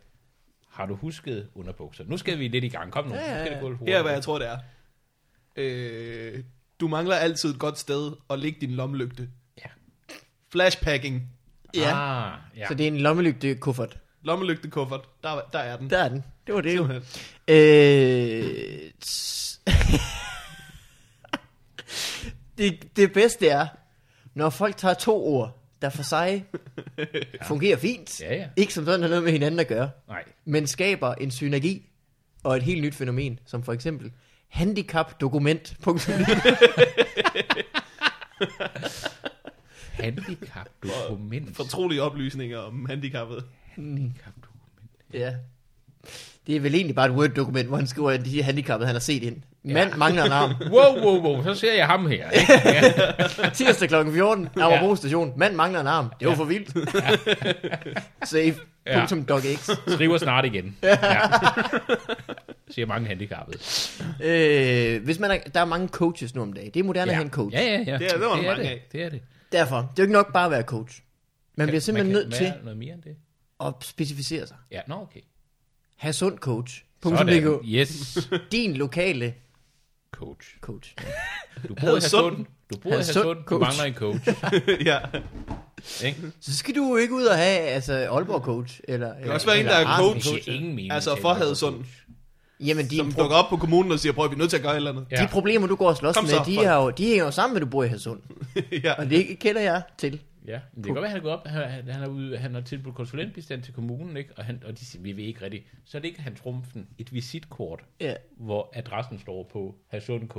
B: har du husket underbukser? Nu skal vi lidt i gang. Kom nu.
C: Ja, ja,
B: Nu skal
C: ja.
B: det gå lidt
A: Her er,
B: hurtigt.
A: hvad jeg tror, det er. Øh, du mangler altid et godt sted at lægge din lommelygte.
B: Ja.
A: Flashpacking.
C: Ja.
B: Ah, ja.
C: Så det er en lommelygte kuffert.
A: Lommelygtekuffert. Der, der er den.
C: Der er den. Det var det jo.
A: Simpelthen.
C: Øh, s- det, det bedste er, når folk tager to ord, der for sig fungerer fint,
B: Ja, ja.
C: ikke som sådan har noget med hinanden at gøre,
B: Nej.
C: men skaber en synergi og et helt nyt fænomen, som for eksempel handicapdokument.
B: Handicapdokument.
A: Fortrolige oplysninger om handicappede.
B: Handicapdokument.
C: ja. Det er vel egentlig bare et Word-dokument, hvor han skriver, at de handicappede, han har set ind. Mand mangler en arm.
B: Wow, wow, wow, så ser jeg ham her. Ikke?
C: Tirsdag kl. 14, Amagerbro ja. station. Mand mangler en arm. Det var
B: Ja.
C: for vildt. Safe.
B: Ja.
C: Punktum .docx.
B: Skriver snart igen. Ja. Siger mange handicappede.
C: Øh, hvis man er, der er mange coaches nu om dagen. Det er moderne
B: ja.
C: at have en coach.
B: Ja, ja, ja.
A: Det er- det var der mange
B: det.
A: af.
B: Det er det.
C: Derfor, det er jo ikke nok bare at være coach. Man bliver simpelthen
B: man
C: nødt til
B: være noget mere end det.
C: at specificere sig.
B: Ja, nå, okay.
C: Ha' sund coach. Punktum
B: Sådan.
C: DK.
B: Yes,
C: Din lokale
B: coach.
C: coach.
B: Du bor i
A: Hadsund.
B: Hadsund. Du bor i
C: Hadsund
B: Hadsund. Du
C: coach.
B: mangler en coach.
A: ja.
B: Ikke?
C: Så skal du jo ikke ud og have altså, Aalborg coach. Eller, det
A: kan også være en, der er coach.
B: Det giver ingen mening.
A: Altså
B: at
A: for
B: tale om
A: Hadsund.
B: coach.
C: Jamen, de,
A: Som dukker op på kommunen og siger, prøv, vi er nødt til at gøre et eller andet.
B: Ja.
C: de problemer, du går og slås
A: Kom
C: med,
A: så,
C: de,
A: folk.
C: er jo, de hænger jo sammen med, at du bor i Hasund.
A: ja.
C: Og det kender jeg til.
B: Ja, men det kan godt være, han er gået op, han, han, han, er ude, han har tilbudt konsulentbistand til kommunen, ikke? Og, han, og de siger, vi ved ikke rigtigt. Så ligger han trumfen et visitkort,
C: Ja.
B: hvor adressen står på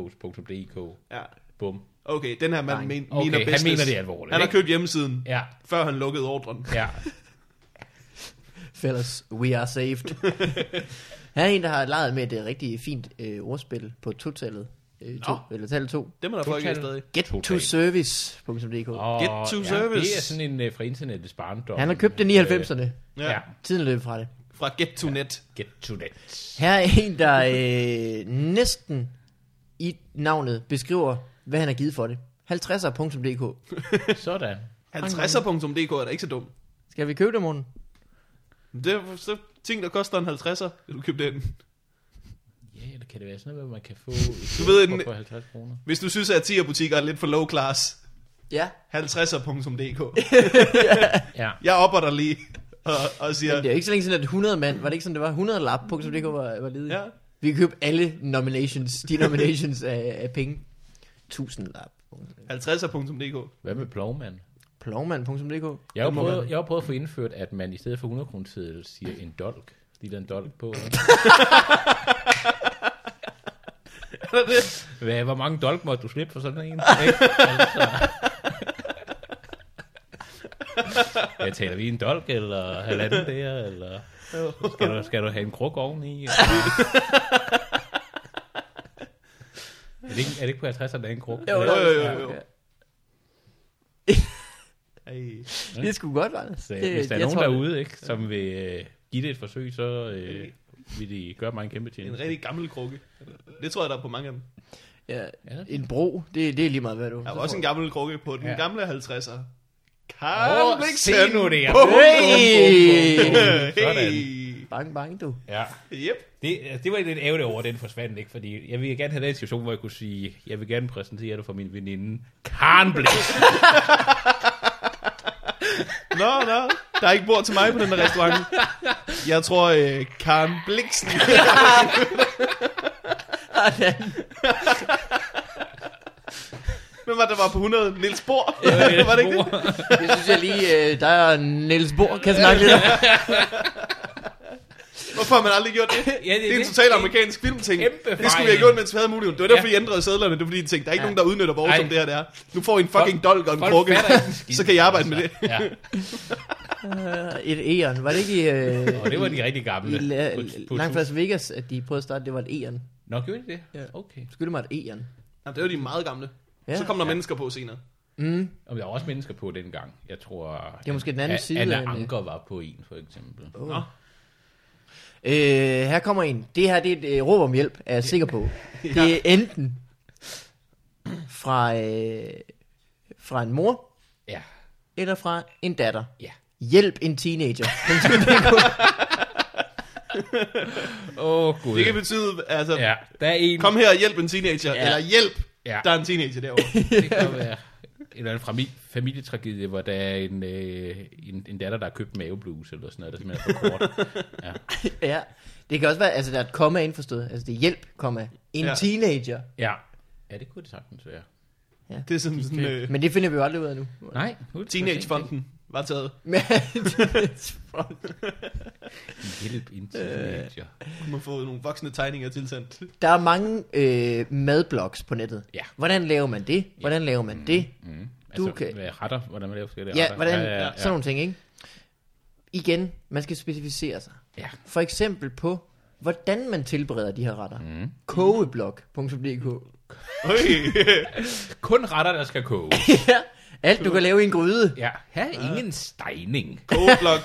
B: hasundcoach.dk.
A: ja.
B: Bum.
A: Okay, den her mand men,
B: Okay,
A: mener
B: han
A: business.
B: mener det alvorligt,
A: Han har
B: ikke?
A: købt hjemmesiden,
B: Ja,
A: før han lukkede ordren.
B: ja.
C: Fellas, we are saved. Han er en, der har leget med et øh, rigtig fint øh, ordspil på totallet. øh, to,
A: Nå.
C: eller tallet 2.
A: Det må der folk ikke
B: Total.
A: stadig.
C: Get
B: Total.
C: to service.dk.
B: Og,
A: Get to service.
B: Det er sådan en uh, fra internettets barndom.
C: Han har købt den i 90'erne.
B: Ja. ja.
C: Tiden løb fra det.
A: Fra get to net.
B: Get to that.
C: Her er en, der øh, næsten i navnet beskriver, hvad han har givet for det. 50'er.dk.
B: Sådan.
A: 50er.dk er da ikke så dum.
C: Skal vi købe det, morgen?
A: Det er så ting, der koster en 50'er. Kan du købe den?
B: Ja, eller kan det være sådan noget, hvor man kan få et
A: Du ved,
B: kort
A: en-
B: for 50 kroner?
A: Hvis du synes, at 10'er butikker er lidt for low class,
C: Ja.
A: 50er.dk.
B: Ja.
A: Jeg opper dig lige og, og siger,
C: Men det er jo ikke så længe siden, at 100 mand, var det ikke sådan, det var 100 lap.dk var, var ledige?
A: ja,
C: Vi kan købe alle nominations, de nominations af, af penge. 1000 lap.
A: 50er.dk.
B: Hvad med plovmand?
C: Plovmand.dk.
B: Jeg har,
C: Det må
B: prøvet,
C: man.
B: jeg har prøvet at få indført, at man i stedet for 100 kroner seddel siger en dolk. Lige der en dolk på. Hvad, hvor mange dolk måtte du slippe for sådan en? Ikke? Altså. Ja, taler vi en dolk, eller halvanden der, eller skal du, skal du have en kruk oveni? Eller? Er det, ikke, er det ikke på 50'erne, der er en kruk?
C: Jo,
A: Jo, jo, jo,
C: Ja,
A: jo.
C: okay.
A: Ej.
C: Det er sgu godt, Anders.
B: Så
C: Det-
B: hvis der er
C: jeg
B: nogen
C: tror,
B: derude, ikke, som vil øh, give det et forsøg, så øh, vil de gøre mig en kæmpe
A: En
B: tjeneste.
A: rigtig gammel krukke. Det tror jeg, der er på mange af dem.
C: Ja,
B: Ja.
C: en bro, det, det er lige meget, hvad du...
A: Der var også en gammel krukke på den
B: Ja.
A: gamle 50'er.
B: Åh,
A: Karl
B: se
A: Bliksen!
B: nu det er.
C: Hey!
B: Sådan.
A: Hey!
C: Bang, bang, du.
B: Ja.
A: Yep.
B: Det, altså, det var jeg lidt ærgerligt over, at den forsvandt, ikke? Fordi jeg ville gerne have den situation, hvor jeg kunne sige, jeg vil gerne præsentere dig for min veninde, Karen Blæs.
A: Nå, nå. Der er ikke bord til mig på den der restaurant. Jeg tror, øh, Karen Bliksen. Hvem var det, der var på 100? Niels Bohr? var det ikke det?
C: Det synes jeg lige, øh, der er Niels Bohr kan snakke lidt om.
A: Hvorfor har man aldrig gjort det?
B: Ja, det er
A: det er en
B: det.
A: total amerikansk filmting.
B: Kæmpe
A: Det skulle vi have
B: fejl.
A: gjort, mens vi havde muligheden. Det var derfor,
B: Ja.
A: I ændrede sædlerne. Det var fordi, I tænkte, der er ikke
C: Ja.
A: nogen, der udnytter vores,
B: Nej.
A: som det her det er. Nu får I en fucking dolk og en
B: folk
A: krukke.
B: fatter ikke en skid. Altså.
A: Så kan I arbejde med det.
B: Ja,
C: Øh, Et æren. Var det ikke i, øh,
B: og det var de rigtig gamle.
C: i la-
B: På- på-
C: langt fra Las Vegas, at de prøvede at starte? Det var et æren.
B: Nå, gjorde de det?
C: Ja.
B: Okay.
C: Skyld mig et æren.
A: Jamen, det var de meget gamle.
C: Ja.
A: Så kom der mennesker på senere.
C: Mm.
B: Og der var også mennesker på dengang. Jeg tror,
C: Det er måske den anden
B: at-
C: side af en-
B: Anna Anker var på en, for eksempel.
C: Oh.
A: Nå.
C: Øh, her kommer en. Det her det er et øh, råb om hjælp, er jeg sikker på. Det er enten fra, øh, fra en mor,
B: Ja,
C: eller fra en datter.
B: ja.
C: Hjælp en teenager.
B: Åh, oh, gud.
A: Det kan betyde, altså, ja.
B: Ja, der er en...
A: kom her og hjælp en teenager. Ja. Eller hjælp,
B: Ja.
A: ja. der er en teenager derovre.
B: Det kan være. Eller en fami- familietragedie, hvor der er en, øh, en, en datter, der har købt maveblues eller sådan noget, der simpelthen er for kort. Ja.
C: ja. Det kan også være, altså der er et komma indforstået. Altså det er hjælp, komma. En ja.
A: Ja.
C: teenager.
B: ja. Ja, det kunne det sagtens være.
A: Det er sådan, sådan øh,
C: Men det finder vi jo aldrig ud af nu.
B: Nej, nu er det for sent,
A: teenagefonden var taget.
C: Men-
B: ikke? Hjælp en teenager.
A: Kunne man få nogle voksne tegninger tilsendt.
C: der er mange øh, madblogs på nettet.
B: Ja.
C: Hvordan laver man det? Hvordan laver man det?
B: Mm.
C: Du
B: Altså,
C: kan-
B: hvad er retter, hvordan man laver forskellige
C: Ja,
B: retter.
C: hvordan,
B: Ja, ja,
C: sådan
B: ja.
C: nogle ting, ikke? Igen, man skal specificere sig.
B: ja.
C: For eksempel på, hvordan man tilbereder de her retter. Mm. Kogeblog.dk
A: Hey.
B: Kun retter, der skal koge.
C: Ja, alt du kan lave i en gryde.
B: Ja, her er ingen stejning.
A: Kogeblok.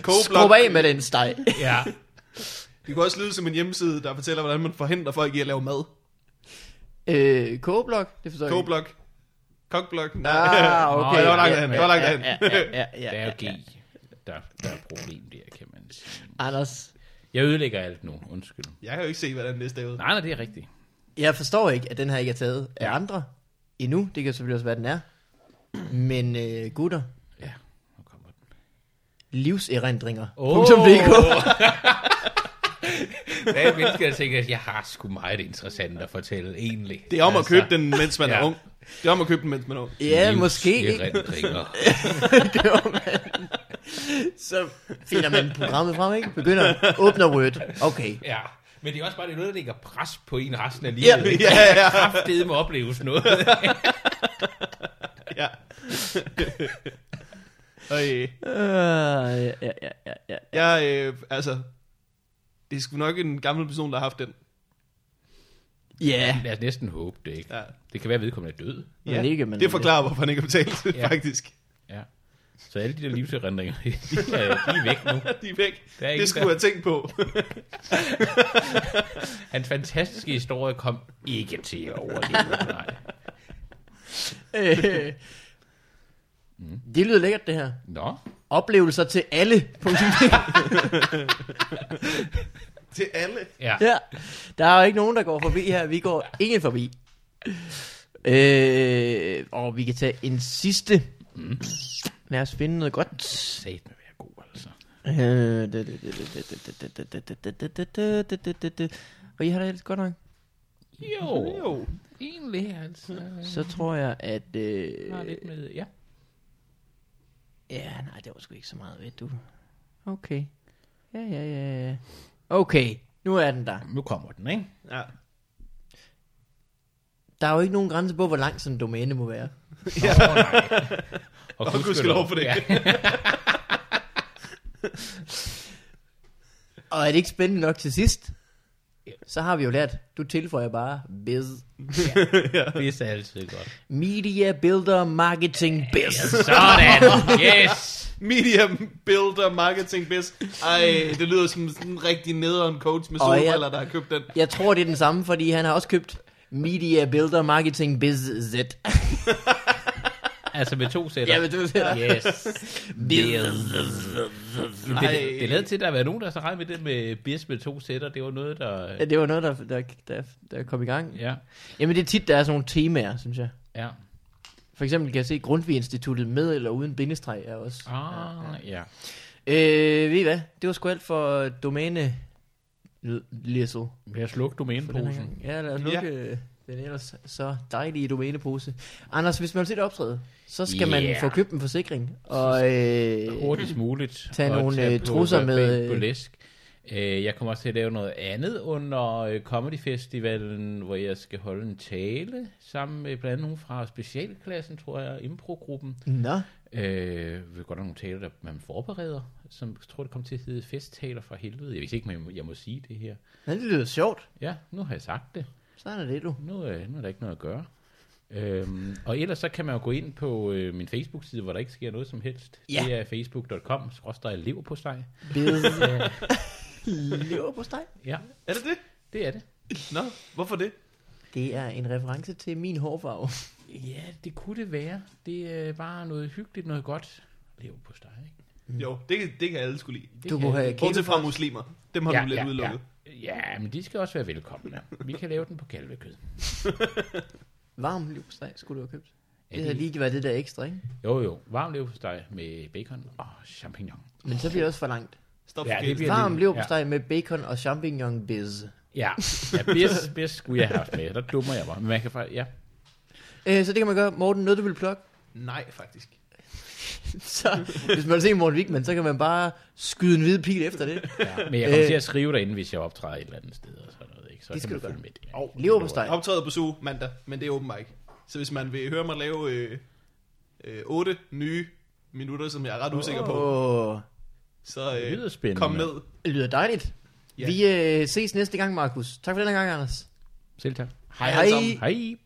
C: Skrub
A: Kogeblok.
C: af med den steg.
B: Ja.
A: Det kunne også lyde som en hjemmeside, der fortæller, hvordan man forhindrer folk i at lave mad.
C: Øh, kogeblog, det forstår jeg ikke.
A: Kogeblok. Kokblok. Nej,
C: Ah,
B: Nå,
C: okay.
A: det var langt
C: Ja,
A: hen. Det var langt
C: ja,
A: hen.
C: ja, ja, ja,
B: Der
C: ja,
B: er
C: ja.
B: jo G. Der, der er et problem der, kan man sige.
C: Anders,
B: Jeg ødelægger alt nu, undskyld.
A: Jeg kan jo ikke se, hvordan det er ud.
B: Nej, nej, det er rigtigt.
C: jeg forstår ikke, at den her ikke er taget af andre endnu. Det kan selvfølgelig også være, den er. Men øh, gutter,
B: Ja, nu kommer den.
C: livserindringer.
B: Åh.
C: Oh. .dk.
B: Der er mennesker, der tænker, at jeg har sgu meget interessant at fortælle, egentlig. Altså,
A: Det er om at købe den, mens man
B: Ja.
A: er ung. Det er om at købe den, mens man er ung.
C: Ja, måske ikke.
B: livserindringer.
C: Det var man. Så finder man programmet frem, ikke? Begynder, åbner Word. Okay.
B: Ja, men det er også bare det er noget, der lægger pres på en resten af
C: Ja,
B: livet. ikke?
A: ja, ja.
B: Kraftedeme med opleves noget.
A: Ja. Øj.
C: Øh, ja, ja, ja, ja, ja.
A: Jeg, øh, altså, det er sgu nok en gammel person, der har haft den.
C: Ja.
B: Lad os næsten håbe det, ikke?
A: Ja.
B: Det kan være, at vedkommende er død.
A: Ja,
C: Men ikke, men-
A: det forklarer, hvorfor han ikke har betalt,
B: Ja.
A: ja. faktisk.
B: Ja. Så alle de der livserindringer, de, er, de er væk nu.
A: De er væk.
B: Der er
A: det
B: ingen,
A: skulle
B: der-
A: jeg tænke på.
B: Hans fantastiske historie kom ikke til at overleve. Nej.
C: Øh, det lyder lækkert, det her.
B: Nå,
C: Oplevelser til alle.
A: Til alle.
B: ja.
C: ja. Der er jo ikke nogen, der går forbi her. Vi går ingen forbi. Øh, og vi kan tage en sidste. Mm. Lad os finde noget godt. Øh,
B: Satan vil være god, altså.
C: Og I har det helt godt nok.
B: Jo, jo. egentlig, altså.
C: Så tror jeg, at... Øh,
B: Jeg har lidt med, ja.
C: ja, nej, det var sgu ikke så meget ved, du. Okay. Ja, ja, ja, ja. Okay, nu er den der.
B: Nu kommer den, ikke?
A: Ja.
C: Der er jo ikke nogen grænse på, hvor lang sådan en domæne må være.
B: Nå, nej. Og
A: gudskelov for det.
B: Ja.
C: Og er det ikke spændende nok til sidst? Så har vi jo lært, du tilføjer bare biz.
B: Det er altid godt.
C: Media Builder Marketing Biz.
B: Sådan, yes!
A: Media Builder Marketing Biz. Ej, det lyder som sådan en rigtig nederen coach med
C: Og jeg-
A: solbriller, der har købt den.
C: Jeg tror, det er den samme, fordi han har også købt Media Builder Marketing Biz Z.
B: Altså med to sætter.
C: Ja, men du ser
B: Yes.
A: Ej,
B: Det, det lader til, at der har været nogen, der har så regnet med det med bis med to sætter. Det var noget, der...
C: Ja, det var noget, der, der, der, der kom i gang.
B: Ja,
C: Jamen, det er tit, der er sådan nogle temaer, synes jeg.
B: ja.
C: For eksempel kan jeg se Grundtvig Instituttet med eller uden bindestreg er også.
B: Ah, ja.
C: Øh, ved I hvad? Det var sgu alt for øh, domæne Lissel.
B: Vi har slukket domæneposen.
C: Ja, lad os lukke ja. den ellers så dejlige domænepose. Anders, hvis man vil se det optræde, så skal yeah. man
B: Yeah.
C: få købt en forsikring. Og øh,
B: Hurtigst muligt.
C: Tag
B: og
C: nogle, øh,
B: på
C: trusser
B: Burbank
C: med, øh,
B: Burlesk. Øh, Jeg kommer også til at lave noget andet under øh, Comedy Festivalen, hvor jeg skal holde en tale sammen med blandt andet nogen fra specialklassen, tror jeg, improgruppen.
C: nå,
B: Øh, vi går der nogle taler, der man forbereder, som jeg tror, det kommer til at hedde festtaler fra helvede. Jeg ved ikke, om jeg- jeg må sige det her.
C: det lyder sjovt.
B: Ja, nu har jeg sagt det.
C: Sådan er det, du.
B: Nu, øh, nu er der ikke noget at gøre. Øhm, og ellers så kan man jo gå ind på øh, min Facebook-side, hvor der ikke sker noget som helst.
C: Ja.
B: Det er facebook.com, skråstrej lever på sig.
C: Bede. Lever på steg.
B: Ja,
A: Er det det?
B: det er det.
A: Nå, hvorfor det?
C: Det er en reference til min hårfarve.
B: Ja, det kunne det være. Det er bare noget hyggeligt, noget godt. Lever på dig, ikke?
A: Jo, det, kan- det kan alle skulle lide.
B: Det
C: Du
B: kan
C: kunne
B: jeg
C: have
B: ikke.
A: Bortset fra muslimer. Dem har ja, du lidt ja, udelukket.
B: Ja. ja, men de skal også være velkomne. Vi kan lave den på kalvekød.
C: varm leverpostej, skulle du have købt.
B: Ja,
C: Det havde
B: det-
C: lige været det der ekstra, ikke?
B: Jo, jo. Varm leverpostej med bacon og champignon.
C: Men så bliver det også for langt.
A: Stop
B: Ja,
A: ja,
B: det
A: det
B: bliver-
C: Varm
B: lidt-
C: leverpostej med bacon og champignon biz.
B: Ja, ja bedst, bedst skulle jeg have haft med. Der dummer jeg mig. Men man kan fra... Ja,
C: Øh, så det kan man gøre. Morten, noget du vil plukke?
A: Nej, faktisk.
C: Så hvis man vil se Morten Wigman, så kan man bare skyde en hvid pil efter det.
B: ja. Men jeg kommer
C: Øh.
B: til at skrive derinde, hvis jeg optræder et eller andet sted og sådan noget. Ikke? Så
C: Det
B: kan
C: skal
B: man
C: du
B: følge
C: gøre.
B: med det.
A: Og
C: Leverpostej.
A: Optræder på Zoo mandag, men det er åben mic. Så hvis man vil høre mig lave øh, øh, 8 nye minutter, som jeg er ret usikker på,
C: Åh,
A: så
B: Det lyder
A: øh,
B: spændende.
A: kom med.
C: det lyder dejligt.
A: Ja.
C: Vi øh, ses næste gang, Markus. Tak for den her gang, Anders.
B: Selv tak.
A: Hej
C: alle
A: alle
C: sammen.
A: sammen.
B: Hej.